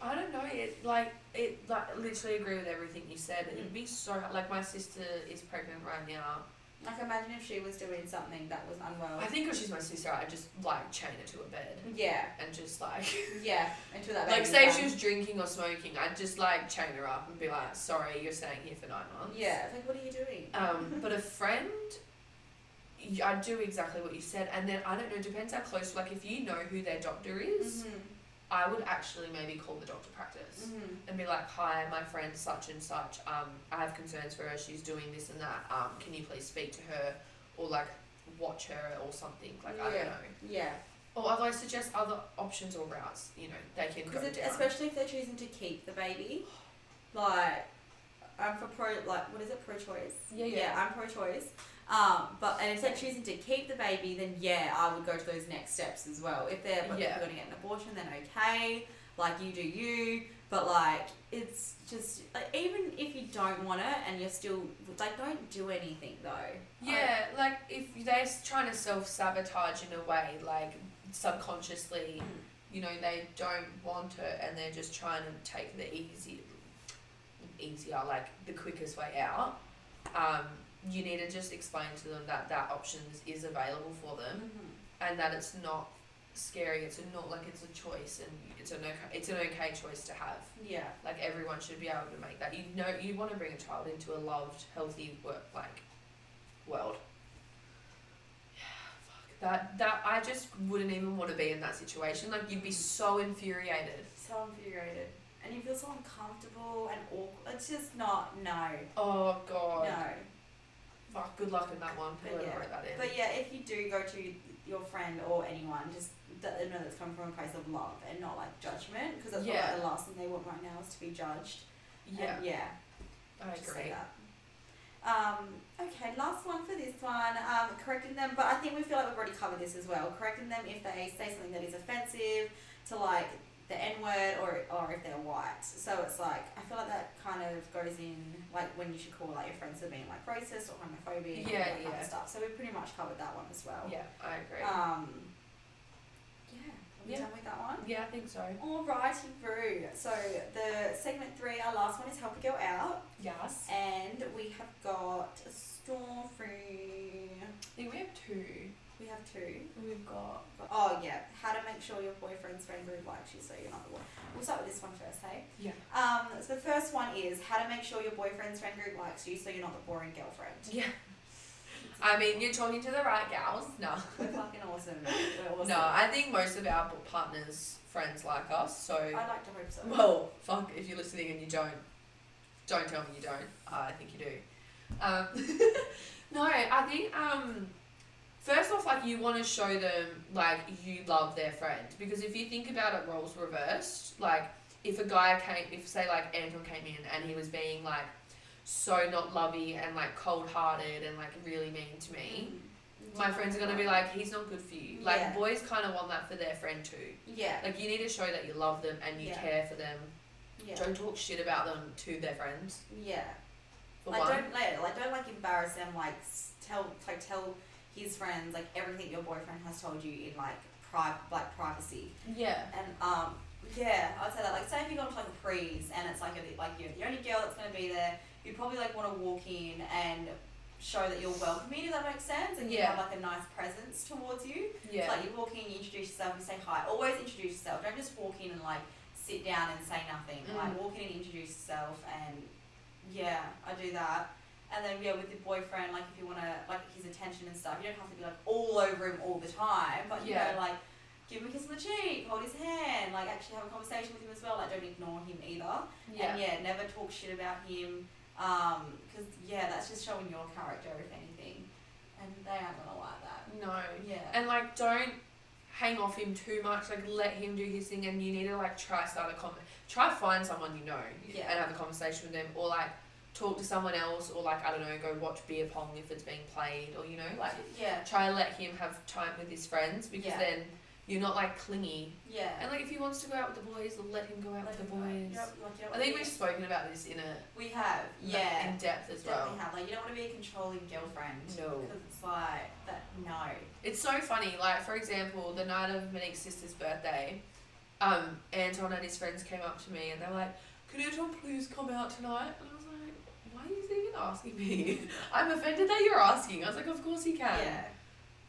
[SPEAKER 1] I don't know. It like it like literally agree with everything you said. It'd be so like my sister is pregnant right now.
[SPEAKER 2] Like, imagine if she was doing something that was unwell.
[SPEAKER 1] I think because she's my sister, I just like chain her to a bed
[SPEAKER 2] yeah,
[SPEAKER 1] and just like
[SPEAKER 2] yeah. Until that
[SPEAKER 1] like
[SPEAKER 2] baby's
[SPEAKER 1] say if
[SPEAKER 2] done.
[SPEAKER 1] she was drinking or smoking, I'd just like chain her up and be like, sorry, you're staying here for nine months.
[SPEAKER 2] Yeah, it's like, what are you doing?
[SPEAKER 1] Um, but a friend, y- I do exactly what you said, and then I don't know. Depends how close. Like if you know who their doctor is,
[SPEAKER 2] Mm-hmm.
[SPEAKER 1] I would actually maybe call the doctor practice.
[SPEAKER 2] Mm-hmm.
[SPEAKER 1] and be like, "Hi, my friend such and such. Um, I have concerns for her. She's doing this and that. Um, can you please speak to her, or like watch her or something? Like I
[SPEAKER 2] Yeah.
[SPEAKER 1] don't know.
[SPEAKER 2] Yeah.
[SPEAKER 1] Or otherwise, suggest other options or routes. You know, they can go
[SPEAKER 2] Because it,
[SPEAKER 1] down.
[SPEAKER 2] especially if they're choosing to keep the baby, like I'm for pro, like what is it, pro-choice?
[SPEAKER 1] Yeah, yeah.
[SPEAKER 2] I'm pro-choice. Um, but and if they're choosing to keep the baby, then yeah, I would go to those next steps as well. If they're like,
[SPEAKER 1] Yeah.
[SPEAKER 2] going to get an abortion, then okay, like you do you. But like it's just like even if you don't want it and you're still like don't do anything though.
[SPEAKER 1] yeah, like if they're s- trying to self sabotage in a way, like subconsciously,
[SPEAKER 2] Mm.
[SPEAKER 1] you know, they don't want it and they're just trying to take the easy, easier, like the quickest way out. Um, you need to just explain to them that that option is available for
[SPEAKER 2] I,
[SPEAKER 1] them and that it's not scary. It's a not like it's a choice and it's an okay, it's an okay choice to have.
[SPEAKER 2] Yeah.
[SPEAKER 1] Like everyone should be able to make that. You know, you want to bring a child into a loved, healthy work like world. Yeah, fuck that. That I just wouldn't even want to be in that situation. Like you'd be so infuriated.
[SPEAKER 2] So infuriated. And you feel so uncomfortable and awkward. It's just not no.
[SPEAKER 1] Oh god.
[SPEAKER 2] No.
[SPEAKER 1] Fuck. Good luck in that one.
[SPEAKER 2] But
[SPEAKER 1] Whoever
[SPEAKER 2] yeah.
[SPEAKER 1] wrote that in.
[SPEAKER 2] But yeah, if you do go to your friend or anyone, just let them know that's come from a place of love and not like judgment, because that's probably
[SPEAKER 1] Yeah.
[SPEAKER 2] the last thing they want right now is to be judged. And
[SPEAKER 1] yeah,
[SPEAKER 2] yeah.
[SPEAKER 1] I
[SPEAKER 2] just say
[SPEAKER 1] agree.
[SPEAKER 2] that. Um, okay, last one for this one. Um, correcting them, but I think we feel like we've already covered this as well. Correcting them if they say something that is offensive to like the N word or, or if they're white. So it's like, I feel like that kind of goes in like when you should call like your friends for being like racist or homophobic and all
[SPEAKER 1] Yeah,
[SPEAKER 2] that kind
[SPEAKER 1] yeah.
[SPEAKER 2] of stuff. So we pretty much covered that one as well.
[SPEAKER 1] Yeah, I agree.
[SPEAKER 2] Um, yeah, are we
[SPEAKER 1] Yeah.
[SPEAKER 2] done with that one?
[SPEAKER 1] yeah, I think so.
[SPEAKER 2] Alrighty, Roo. So the segment three, our last one is help a girl out. eh.
[SPEAKER 1] Yes.
[SPEAKER 2] And we have got a store free.
[SPEAKER 1] I think we have two.
[SPEAKER 2] We have two.
[SPEAKER 1] We've got
[SPEAKER 2] Oh yeah, how to make sure your boyfriend's friend group likes you so you're not the one. We'll start with this one first, hey.
[SPEAKER 1] yeah.
[SPEAKER 2] Um, so the first one is how to make sure your boyfriend's friend group likes you so you're not the boring girlfriend.
[SPEAKER 1] Yeah. I mean, you're talking to the right gals. No.
[SPEAKER 2] we're fucking awesome. We're awesome.
[SPEAKER 1] No, I think most of our partners' friends like us. So,
[SPEAKER 2] I'd like to hope so.
[SPEAKER 1] well, fuck if you're listening and you don't, don't tell me you don't. I think you do. Um, no, I think um, first off, like you want to show them like you love their friend because if you think about it, roles reversed. Like if a guy came, if say like Anton came in and he was being like so not lovey and like cold hearted and like really mean to me
[SPEAKER 2] Mm.
[SPEAKER 1] my friends are gonna be like, he's not good for you. Like
[SPEAKER 2] Yeah.
[SPEAKER 1] boys kind of want that for their friend too.
[SPEAKER 2] Yeah.
[SPEAKER 1] Like you need to show that you love them and you
[SPEAKER 2] Yeah.
[SPEAKER 1] care for them.
[SPEAKER 2] Yeah.
[SPEAKER 1] Don't talk shit about them to their friends.
[SPEAKER 2] Yeah.
[SPEAKER 1] For
[SPEAKER 2] like
[SPEAKER 1] one,
[SPEAKER 2] don't like, like don't like embarrass them like s- tell like tell his friends like everything your boyfriend has told you in like pri- like privacy
[SPEAKER 1] yeah,
[SPEAKER 2] and um yeah I'd say that like say if you go to like a prees and it's like a, like you're the only girl that's gonna be there you probably like want to walk in and show that you're welcoming if that makes sense and you
[SPEAKER 1] Yeah.
[SPEAKER 2] have like a nice presence towards you
[SPEAKER 1] yeah,
[SPEAKER 2] it's like you walk in you introduce yourself you say hi always introduce yourself don't just walk in and like sit down and say nothing
[SPEAKER 1] Mm.
[SPEAKER 2] like walk in and introduce yourself and yeah, I do that. And then yeah, with your boyfriend, like if you wanna like his attention and stuff, you don't have to be like all over him all the time. But you
[SPEAKER 1] Yeah.
[SPEAKER 2] know, like give him a kiss on the cheek, hold his hand, like actually have a conversation with him as well. Like don't ignore him either.
[SPEAKER 1] yeah,
[SPEAKER 2] And yeah, never talk shit about him. Um, 'cause yeah, that's just showing your character if anything. And they aren't gonna like that.
[SPEAKER 1] no,
[SPEAKER 2] Yeah.
[SPEAKER 1] and like don't hang off him too much. Like let him do his thing, and you need to like try start a con. Try find someone you know
[SPEAKER 2] Yeah.
[SPEAKER 1] and have a conversation with them, or like talk to someone else or like I don't know, go watch beer pong if it's being played or you know like
[SPEAKER 2] Yeah.
[SPEAKER 1] try and let him have time with his friends because
[SPEAKER 2] Yeah.
[SPEAKER 1] then you're not like clingy.
[SPEAKER 2] Yeah.
[SPEAKER 1] And like if he wants to go out with the boys, let him go out
[SPEAKER 2] Like,
[SPEAKER 1] with the boys.
[SPEAKER 2] you don't- like, you
[SPEAKER 1] I think
[SPEAKER 2] don't wanna
[SPEAKER 1] we've
[SPEAKER 2] be-
[SPEAKER 1] spoken about this in a
[SPEAKER 2] we have. Yeah.
[SPEAKER 1] in depth as well.
[SPEAKER 2] Definitely have. Like you don't want to be a controlling girlfriend.
[SPEAKER 1] No.
[SPEAKER 2] Because it's like that. No.
[SPEAKER 1] It's so funny. Like for example, the night of Monique's sister's birthday, um, Anton and his friends came up to me and they were like, "Can Anton please come out tonight?" And I was like, "Why are you even asking me? I'm offended that you're asking." I was like, "Of course he can."
[SPEAKER 2] Yeah.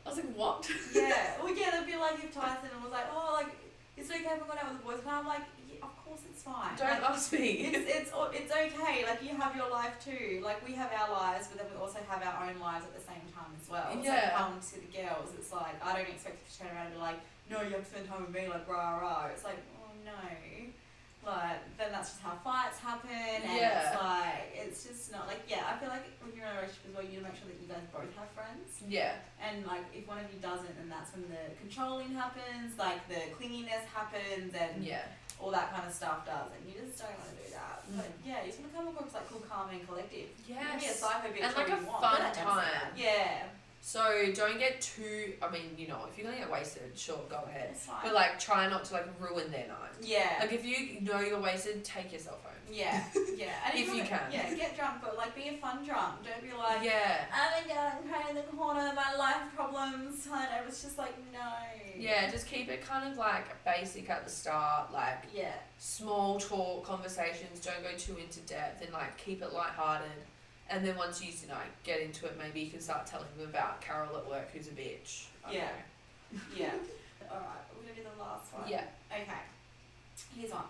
[SPEAKER 1] I was like, "What?"
[SPEAKER 2] Yeah. Well, yeah. That'd be like if Tyson was like, "Oh, like it's okay if I got out with the boys," and I'm like, yeah, "Of course it's fine."
[SPEAKER 1] Don't
[SPEAKER 2] Like,
[SPEAKER 1] ask me.
[SPEAKER 2] it's it's o- it's okay. Like you have your life too. Like we have our lives, but then we also have our own lives at the same time as well. It's like
[SPEAKER 1] Yeah.
[SPEAKER 2] come to the girls. It's like I don't expect you to turn around and be like, no, you have to spend time with me. Like rah rah. It's like oh no. Like then that's just how fights happen. And
[SPEAKER 1] Yeah.
[SPEAKER 2] It's like it's just not like yeah. I feel like when you're in a relationship as well, you need to make sure that you guys both have friends.
[SPEAKER 1] yeah.
[SPEAKER 2] And like if one of you doesn't, then that's when the controlling happens. Like the clinginess happens and
[SPEAKER 1] Yeah.
[SPEAKER 2] all that kind of stuff does, and you just don't want to do that. But
[SPEAKER 1] Mm.
[SPEAKER 2] yeah, you just want to come across like cool, calm, and collective. You
[SPEAKER 1] Yes.
[SPEAKER 2] can be a psycho bitch
[SPEAKER 1] And,
[SPEAKER 2] all
[SPEAKER 1] like, a
[SPEAKER 2] you want,
[SPEAKER 1] fun
[SPEAKER 2] but that don't
[SPEAKER 1] time.
[SPEAKER 2] sound bad. Yeah,
[SPEAKER 1] So don't get too. I mean, you know, if you're gonna get wasted, sure, go ahead.
[SPEAKER 2] it's fine.
[SPEAKER 1] But like, try not to like ruin their night.
[SPEAKER 2] yeah,
[SPEAKER 1] Like if you know you're wasted, take yourself home.
[SPEAKER 2] yeah, yeah. And
[SPEAKER 1] If you
[SPEAKER 2] wanna-
[SPEAKER 1] can.
[SPEAKER 2] yeah, get drunk, but like be a fun drunk. Don't be like.
[SPEAKER 1] yeah.
[SPEAKER 2] I'm a girl, I'm crying in the corner, my life problems, and I was just like, no.
[SPEAKER 1] Yeah, just keep it kind of like basic at the start, like
[SPEAKER 2] Yeah.
[SPEAKER 1] small talk conversations. Don't go too into depth, and like keep it lighthearted. And then once you you know get into it, maybe you can start telling them about Carol at work, who's a bitch. I don't
[SPEAKER 2] Yeah.
[SPEAKER 1] know.
[SPEAKER 2] Yeah. Alright, we're gonna do the last one.
[SPEAKER 1] Yeah.
[SPEAKER 2] Okay. Here's one.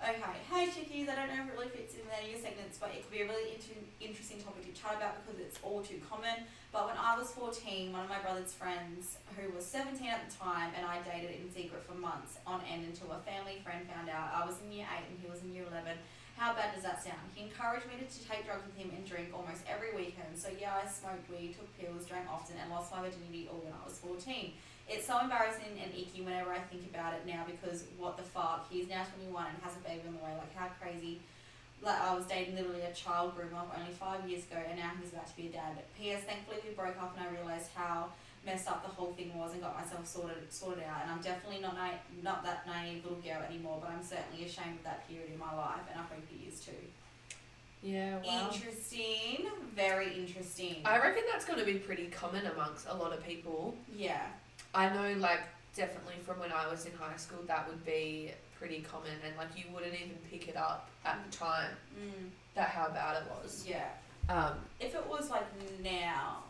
[SPEAKER 2] Okay. Hey chickies, I don't know if it really fits in with any of your segments, but it could be a really inter- interesting topic to chat about because it's all too common. But when I was 14, one of my brother's friends, who was 17 at the time, and I dated in secret for months on end until a family friend found out I was in year 8 and he was in year 11. How bad does that sound? He encouraged me to, to take drugs with him and drink almost every weekend. So yeah, I smoked weed, took pills, drank often, and lost my virginity all when I was 14. It's so embarrassing and icky whenever I think about it now because what the fuck? He's now 21 and has a baby on the way. Like, how crazy. Like, I was dating literally a child groomer only five years ago and now he's about to be a dad. P.S. Thankfully, we broke up and I realised how messed up the whole thing was and got myself sorted sorted out. And I'm definitely not na- not that naive little girl anymore, but I'm certainly ashamed of that period in my life and I hope he is too.
[SPEAKER 1] Yeah. Wow.
[SPEAKER 2] Interesting. Very interesting.
[SPEAKER 1] I reckon that's going to be pretty common amongst a lot of people.
[SPEAKER 2] yeah.
[SPEAKER 1] I know, like, definitely from when I was in high school, that would be pretty common, and like, you wouldn't even pick it up at the time
[SPEAKER 2] Mm,
[SPEAKER 1] that how bad it was.
[SPEAKER 2] yeah.
[SPEAKER 1] Um,
[SPEAKER 2] If it was like now,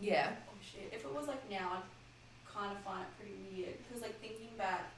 [SPEAKER 1] yeah,
[SPEAKER 2] oh shit, if it was like now, I'd kind of find it pretty weird because like thinking back,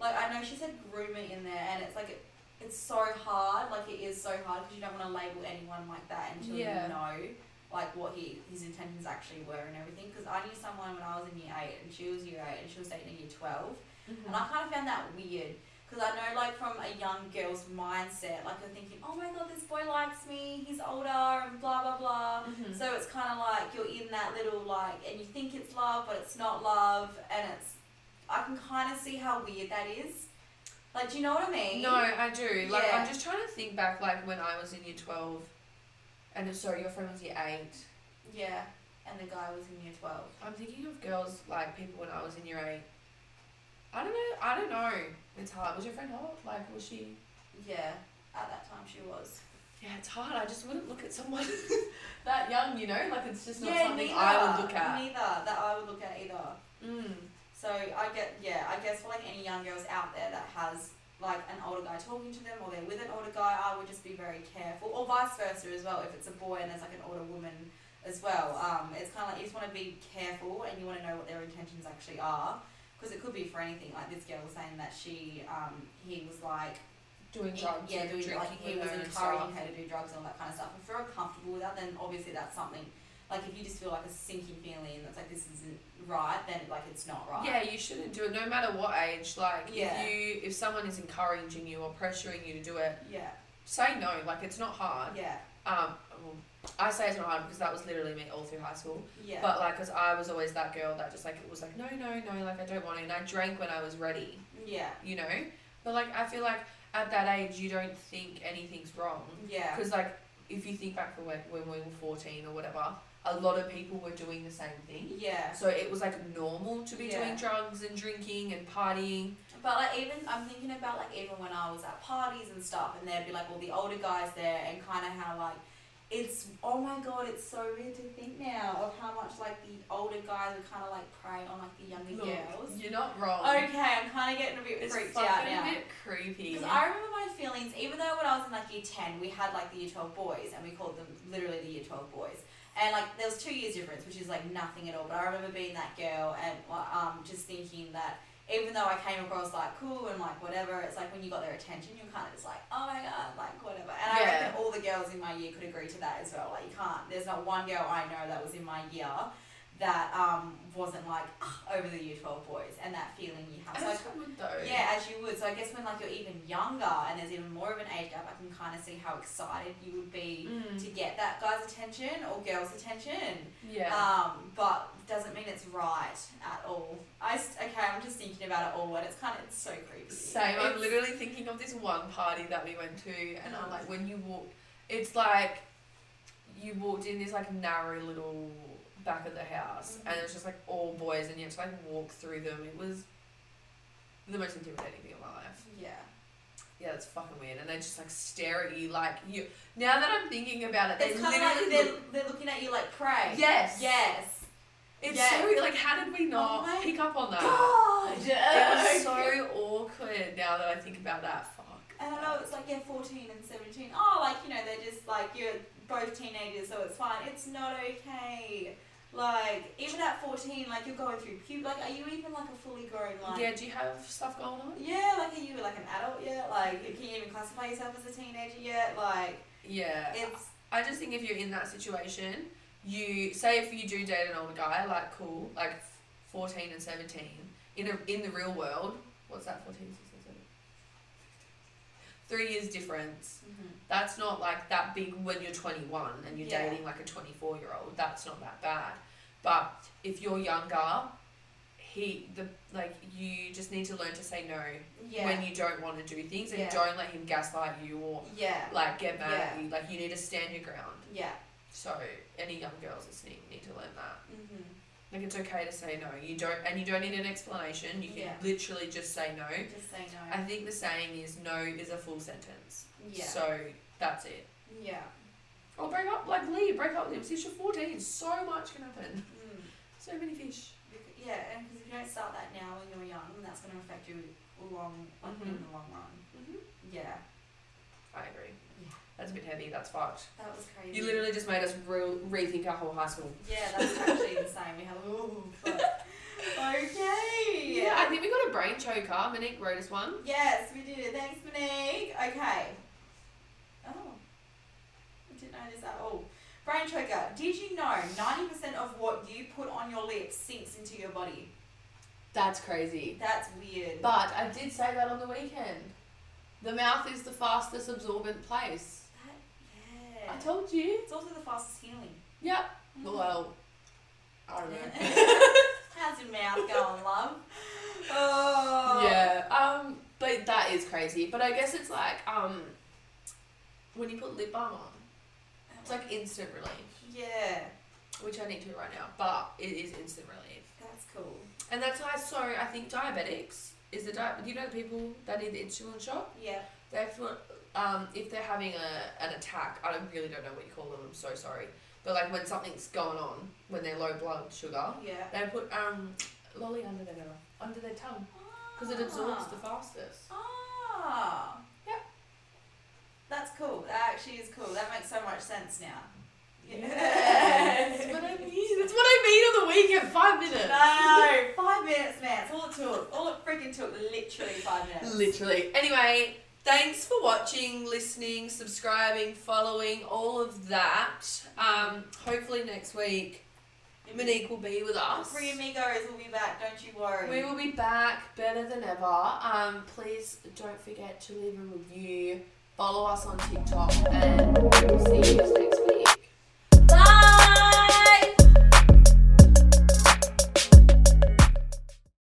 [SPEAKER 2] like I know she said groomer in there, and it's like it, it's so hard, like it is so hard because you don't want to label anyone like that until
[SPEAKER 1] Yeah.
[SPEAKER 2] you know like what he, his intentions actually were and everything. Because I knew someone when I was in year eight, and she was year eight, and she was dating a year twelve. And
[SPEAKER 1] Uh,
[SPEAKER 2] I kind of found that weird because I know, like, from a young girl's mindset, like, you're thinking, oh my god, this boy likes me, he's older, and blah, blah, blah.
[SPEAKER 1] Mhm.
[SPEAKER 2] So it's kind of like you're in that little, like, and you think it's love, but it's not love, and it's. I can kind of see how weird that is. Like, do you know what I mean?
[SPEAKER 1] No, I do. Like,
[SPEAKER 2] Yeah.
[SPEAKER 1] I'm just trying to think back, like, when I was in year 12, and sorry, your friend was year 8.
[SPEAKER 2] Yeah, and the guy was in year 12.
[SPEAKER 1] I'm thinking of girls, like, people when I was in year 8. I don't know, I don't know. It's hard. Was your friend hot? Like, was she.
[SPEAKER 2] Yeah, at that time she was.
[SPEAKER 1] Yeah, it's hard. I just wouldn't look at someone that young, you know? Like, it's just not
[SPEAKER 2] yeah,
[SPEAKER 1] something
[SPEAKER 2] neither.
[SPEAKER 1] I would look at.
[SPEAKER 2] Neither, that I would look at either.
[SPEAKER 1] Mm.
[SPEAKER 2] So I get yeah, I guess for like any young girls out there that has like an older guy talking to them or they're with an older guy, I would just be very careful. Or vice versa as well, if it's a boy and there's like an older woman as well. Um, it's kinda like you just wanna be careful and you wanna know what their intentions actually are. Because it could be for anything, like this girl was saying that she, um, he was like,
[SPEAKER 1] Doing drugs,
[SPEAKER 2] yeah,
[SPEAKER 1] and
[SPEAKER 2] doing
[SPEAKER 1] drinking
[SPEAKER 2] like he
[SPEAKER 1] with
[SPEAKER 2] was
[SPEAKER 1] her and
[SPEAKER 2] encouraging
[SPEAKER 1] stuff.
[SPEAKER 2] her to do drugs and all that kind of stuff. If you're uncomfortable with that, then obviously that's something. Like if you just feel like a sinking feeling that's like this isn't right, then like it's not right.
[SPEAKER 1] Yeah, you shouldn't do it no matter what age. Like,
[SPEAKER 2] Yeah.
[SPEAKER 1] if you if someone is encouraging you or pressuring you to do it,
[SPEAKER 2] Yeah.
[SPEAKER 1] say no. Like, it's not hard.
[SPEAKER 2] Yeah.
[SPEAKER 1] Um, well, I say it's not hard because that was literally me all through high school.
[SPEAKER 2] Yeah.
[SPEAKER 1] But like, cause I was always that girl that just like was like, no, no, no, like I don't want to, and I drank when I was ready,
[SPEAKER 2] yeah.
[SPEAKER 1] you know. But like, I feel like at that age, you don't think anything's wrong
[SPEAKER 2] Yeah.
[SPEAKER 1] because like if you think back from when, when we were 14 or whatever, a lot of people were doing the same thing.
[SPEAKER 2] Yeah.
[SPEAKER 1] So it was like normal to be
[SPEAKER 2] Yeah.
[SPEAKER 1] doing drugs and drinking and partying.
[SPEAKER 2] But like even I'm thinking about like even when I was at parties and stuff, and there'd be like all the older guys there, and kind of how like it's oh my god, it's so weird to think now of how much like the older guys are kind of like prey on like the younger
[SPEAKER 1] Look,
[SPEAKER 2] girls.
[SPEAKER 1] You're not wrong.
[SPEAKER 2] Okay, I'm kind of getting a bit
[SPEAKER 1] It's
[SPEAKER 2] freaked
[SPEAKER 1] fucking
[SPEAKER 2] out now.
[SPEAKER 1] a bit creepy.
[SPEAKER 2] Because I remember my feelings, even though when I was in like year 10, we had like the year 12 boys and we called them literally the year 12 boys. And like there was two years difference, which is like nothing at all. But I remember being that girl and like, um, just thinking that even though I came across like cool and like whatever, it's like when you got their attention, you're kind of just like, oh my god, like whatever. And I
[SPEAKER 1] Yeah.
[SPEAKER 2] reckon all the girls in my year could agree to that as well. Like you can't, there's not one girl I know that was in my year that um, wasn't like "Ah, over the year 12 boys and that feeling you have.
[SPEAKER 1] And
[SPEAKER 2] So I
[SPEAKER 1] that's good though.
[SPEAKER 2] yeah, as you would. So I guess when like you're even younger and there's even more of an age gap, I can kind of see how excited you would be
[SPEAKER 1] Mm.
[SPEAKER 2] to get that guy's attention or girl's attention.
[SPEAKER 1] Yeah.
[SPEAKER 2] Um, but doesn't mean it's right at all. I s- okay, I'm just thinking about it all, and it's kind of it's so
[SPEAKER 1] Um,
[SPEAKER 2] creepy.
[SPEAKER 1] Same. I'm
[SPEAKER 2] It's-
[SPEAKER 1] literally thinking of this one party that we went to, and I'm like, when you walk, it's like you walked in this like narrow little back of the house, and it's just like all boys, and you have to like walk through them. It was the most intimidating thing in my life.
[SPEAKER 2] Yeah.
[SPEAKER 1] Yeah, that's fucking weird. And they just like stare at you like you. Now that I'm thinking about it, they
[SPEAKER 2] It's kind of like
[SPEAKER 1] literally
[SPEAKER 2] they're,
[SPEAKER 1] look-
[SPEAKER 2] they're looking at you like prey.
[SPEAKER 1] yes,
[SPEAKER 2] Yes.
[SPEAKER 1] It's
[SPEAKER 2] yes.
[SPEAKER 1] so like how did we not
[SPEAKER 2] Oh my
[SPEAKER 1] pick up on that?
[SPEAKER 2] God.
[SPEAKER 1] It was so awkward. Now that I think about that, fuck.
[SPEAKER 2] And I know it's like yeah, fourteen and seventeen. Oh, like you know, they're just like you're both teenagers, so it's fine. It's not okay. Like even at fourteen, like you're going through puberty. Like, are you even like a fully grown like?
[SPEAKER 1] Yeah, do you have stuff going on?
[SPEAKER 2] Yeah, like are you like an adult yet? Like can you even classify yourself as a teenager yet? Like
[SPEAKER 1] Yeah.
[SPEAKER 2] it's
[SPEAKER 1] I just think if you're in that situation, you say if you do date an older guy, like cool, like f- 14 and 17, in a, in the real world, what's that 14, 16, 17? Three years difference.
[SPEAKER 2] mm-hmm.
[SPEAKER 1] That's not like that big when you're 21 and you're
[SPEAKER 2] Yeah.
[SPEAKER 1] dating like a 24 year old. That's not that bad. But if you're younger, he the like you just need to learn to say no
[SPEAKER 2] yeah,
[SPEAKER 1] when you don't want to do things and
[SPEAKER 2] Yeah.
[SPEAKER 1] don't let him gaslight you or
[SPEAKER 2] yeah,
[SPEAKER 1] like get mad at
[SPEAKER 2] Yeah.
[SPEAKER 1] you. Like you need to stand your ground.
[SPEAKER 2] yeah.
[SPEAKER 1] So any young girls listening need to learn that.
[SPEAKER 2] Mm-hmm.
[SPEAKER 1] Like it's okay to say no. You don't, and you don't need an explanation. You can
[SPEAKER 2] Yeah.
[SPEAKER 1] literally just say no.
[SPEAKER 2] Just say
[SPEAKER 1] I
[SPEAKER 2] no.
[SPEAKER 1] think the saying is no is a full sentence.
[SPEAKER 2] Yeah,
[SPEAKER 1] So that's it.
[SPEAKER 2] yeah.
[SPEAKER 1] Or Oh, break up, like leave, break up with him. Since you're 14, so much can happen.
[SPEAKER 2] Mm.
[SPEAKER 1] So many fish.
[SPEAKER 2] Bec- Yeah, and because if you don't start that now when you're young, that's going to affect you long, like in
[SPEAKER 1] Mhm.
[SPEAKER 2] the long run.
[SPEAKER 1] Mm-hmm.
[SPEAKER 2] Yeah,
[SPEAKER 1] I agree.
[SPEAKER 2] Yeah.
[SPEAKER 1] That's a bit heavy. That's fucked.
[SPEAKER 2] that was crazy.
[SPEAKER 1] You literally just made us re- rethink our whole high school.
[SPEAKER 2] Yeah, that's actually insane. We have ooh, but okay.
[SPEAKER 1] Yeah, I think we got a brain choker. Monique wrote us one.
[SPEAKER 2] Yes, we did it. Thanks, Monique. Okay. Oh, I didn't know this at all. Brain choker. Did you know ninety percent of what you put on your lips sinks into your body?
[SPEAKER 1] That's crazy.
[SPEAKER 2] That's weird.
[SPEAKER 1] But I did say that on the weekend. The mouth is the fastest absorbent place.
[SPEAKER 2] that, yeah.
[SPEAKER 1] I told you.
[SPEAKER 2] it's also the fastest healing.
[SPEAKER 1] Yep. Well, I don't
[SPEAKER 2] How's your mouth going, love? Oh.
[SPEAKER 1] yeah. Um. But that is crazy. But I guess it's like um. When you put lip balm on, it's like instant relief,
[SPEAKER 2] Oh. Yeah,
[SPEAKER 1] which I need to right now. But it is instant relief,
[SPEAKER 2] that's cool.
[SPEAKER 1] and that's why. So I think diabetics is the di- you know the people that need the insulin shot.
[SPEAKER 2] Yeah.
[SPEAKER 1] They've got- um, if they're having a, an attack, I don't, really don't know what you call them, I'm so sorry. But like when something's going on, when they're low blood sugar,
[SPEAKER 2] Yeah.
[SPEAKER 1] they put um, lolly under their mouth, under their tongue, because it absorbs the fastest.
[SPEAKER 2] Ah.
[SPEAKER 1] Yep.
[SPEAKER 2] That's cool. That actually is cool. That makes so much sense now.
[SPEAKER 1] That's what I mean. That's what I mean on the weekend, five minutes.
[SPEAKER 2] No, five minutes, man. It's all it took. All it freaking took. Literally five minutes.
[SPEAKER 1] Literally. Anyway, thanks for watching, listening, subscribing, following, all of that. Um, hopefully next week, Monique will be with us.
[SPEAKER 2] Three amigos will be back. Don't you worry.
[SPEAKER 1] We will be back better than ever. Um, please don't forget to leave a review, follow us on TikTok, and we will see you next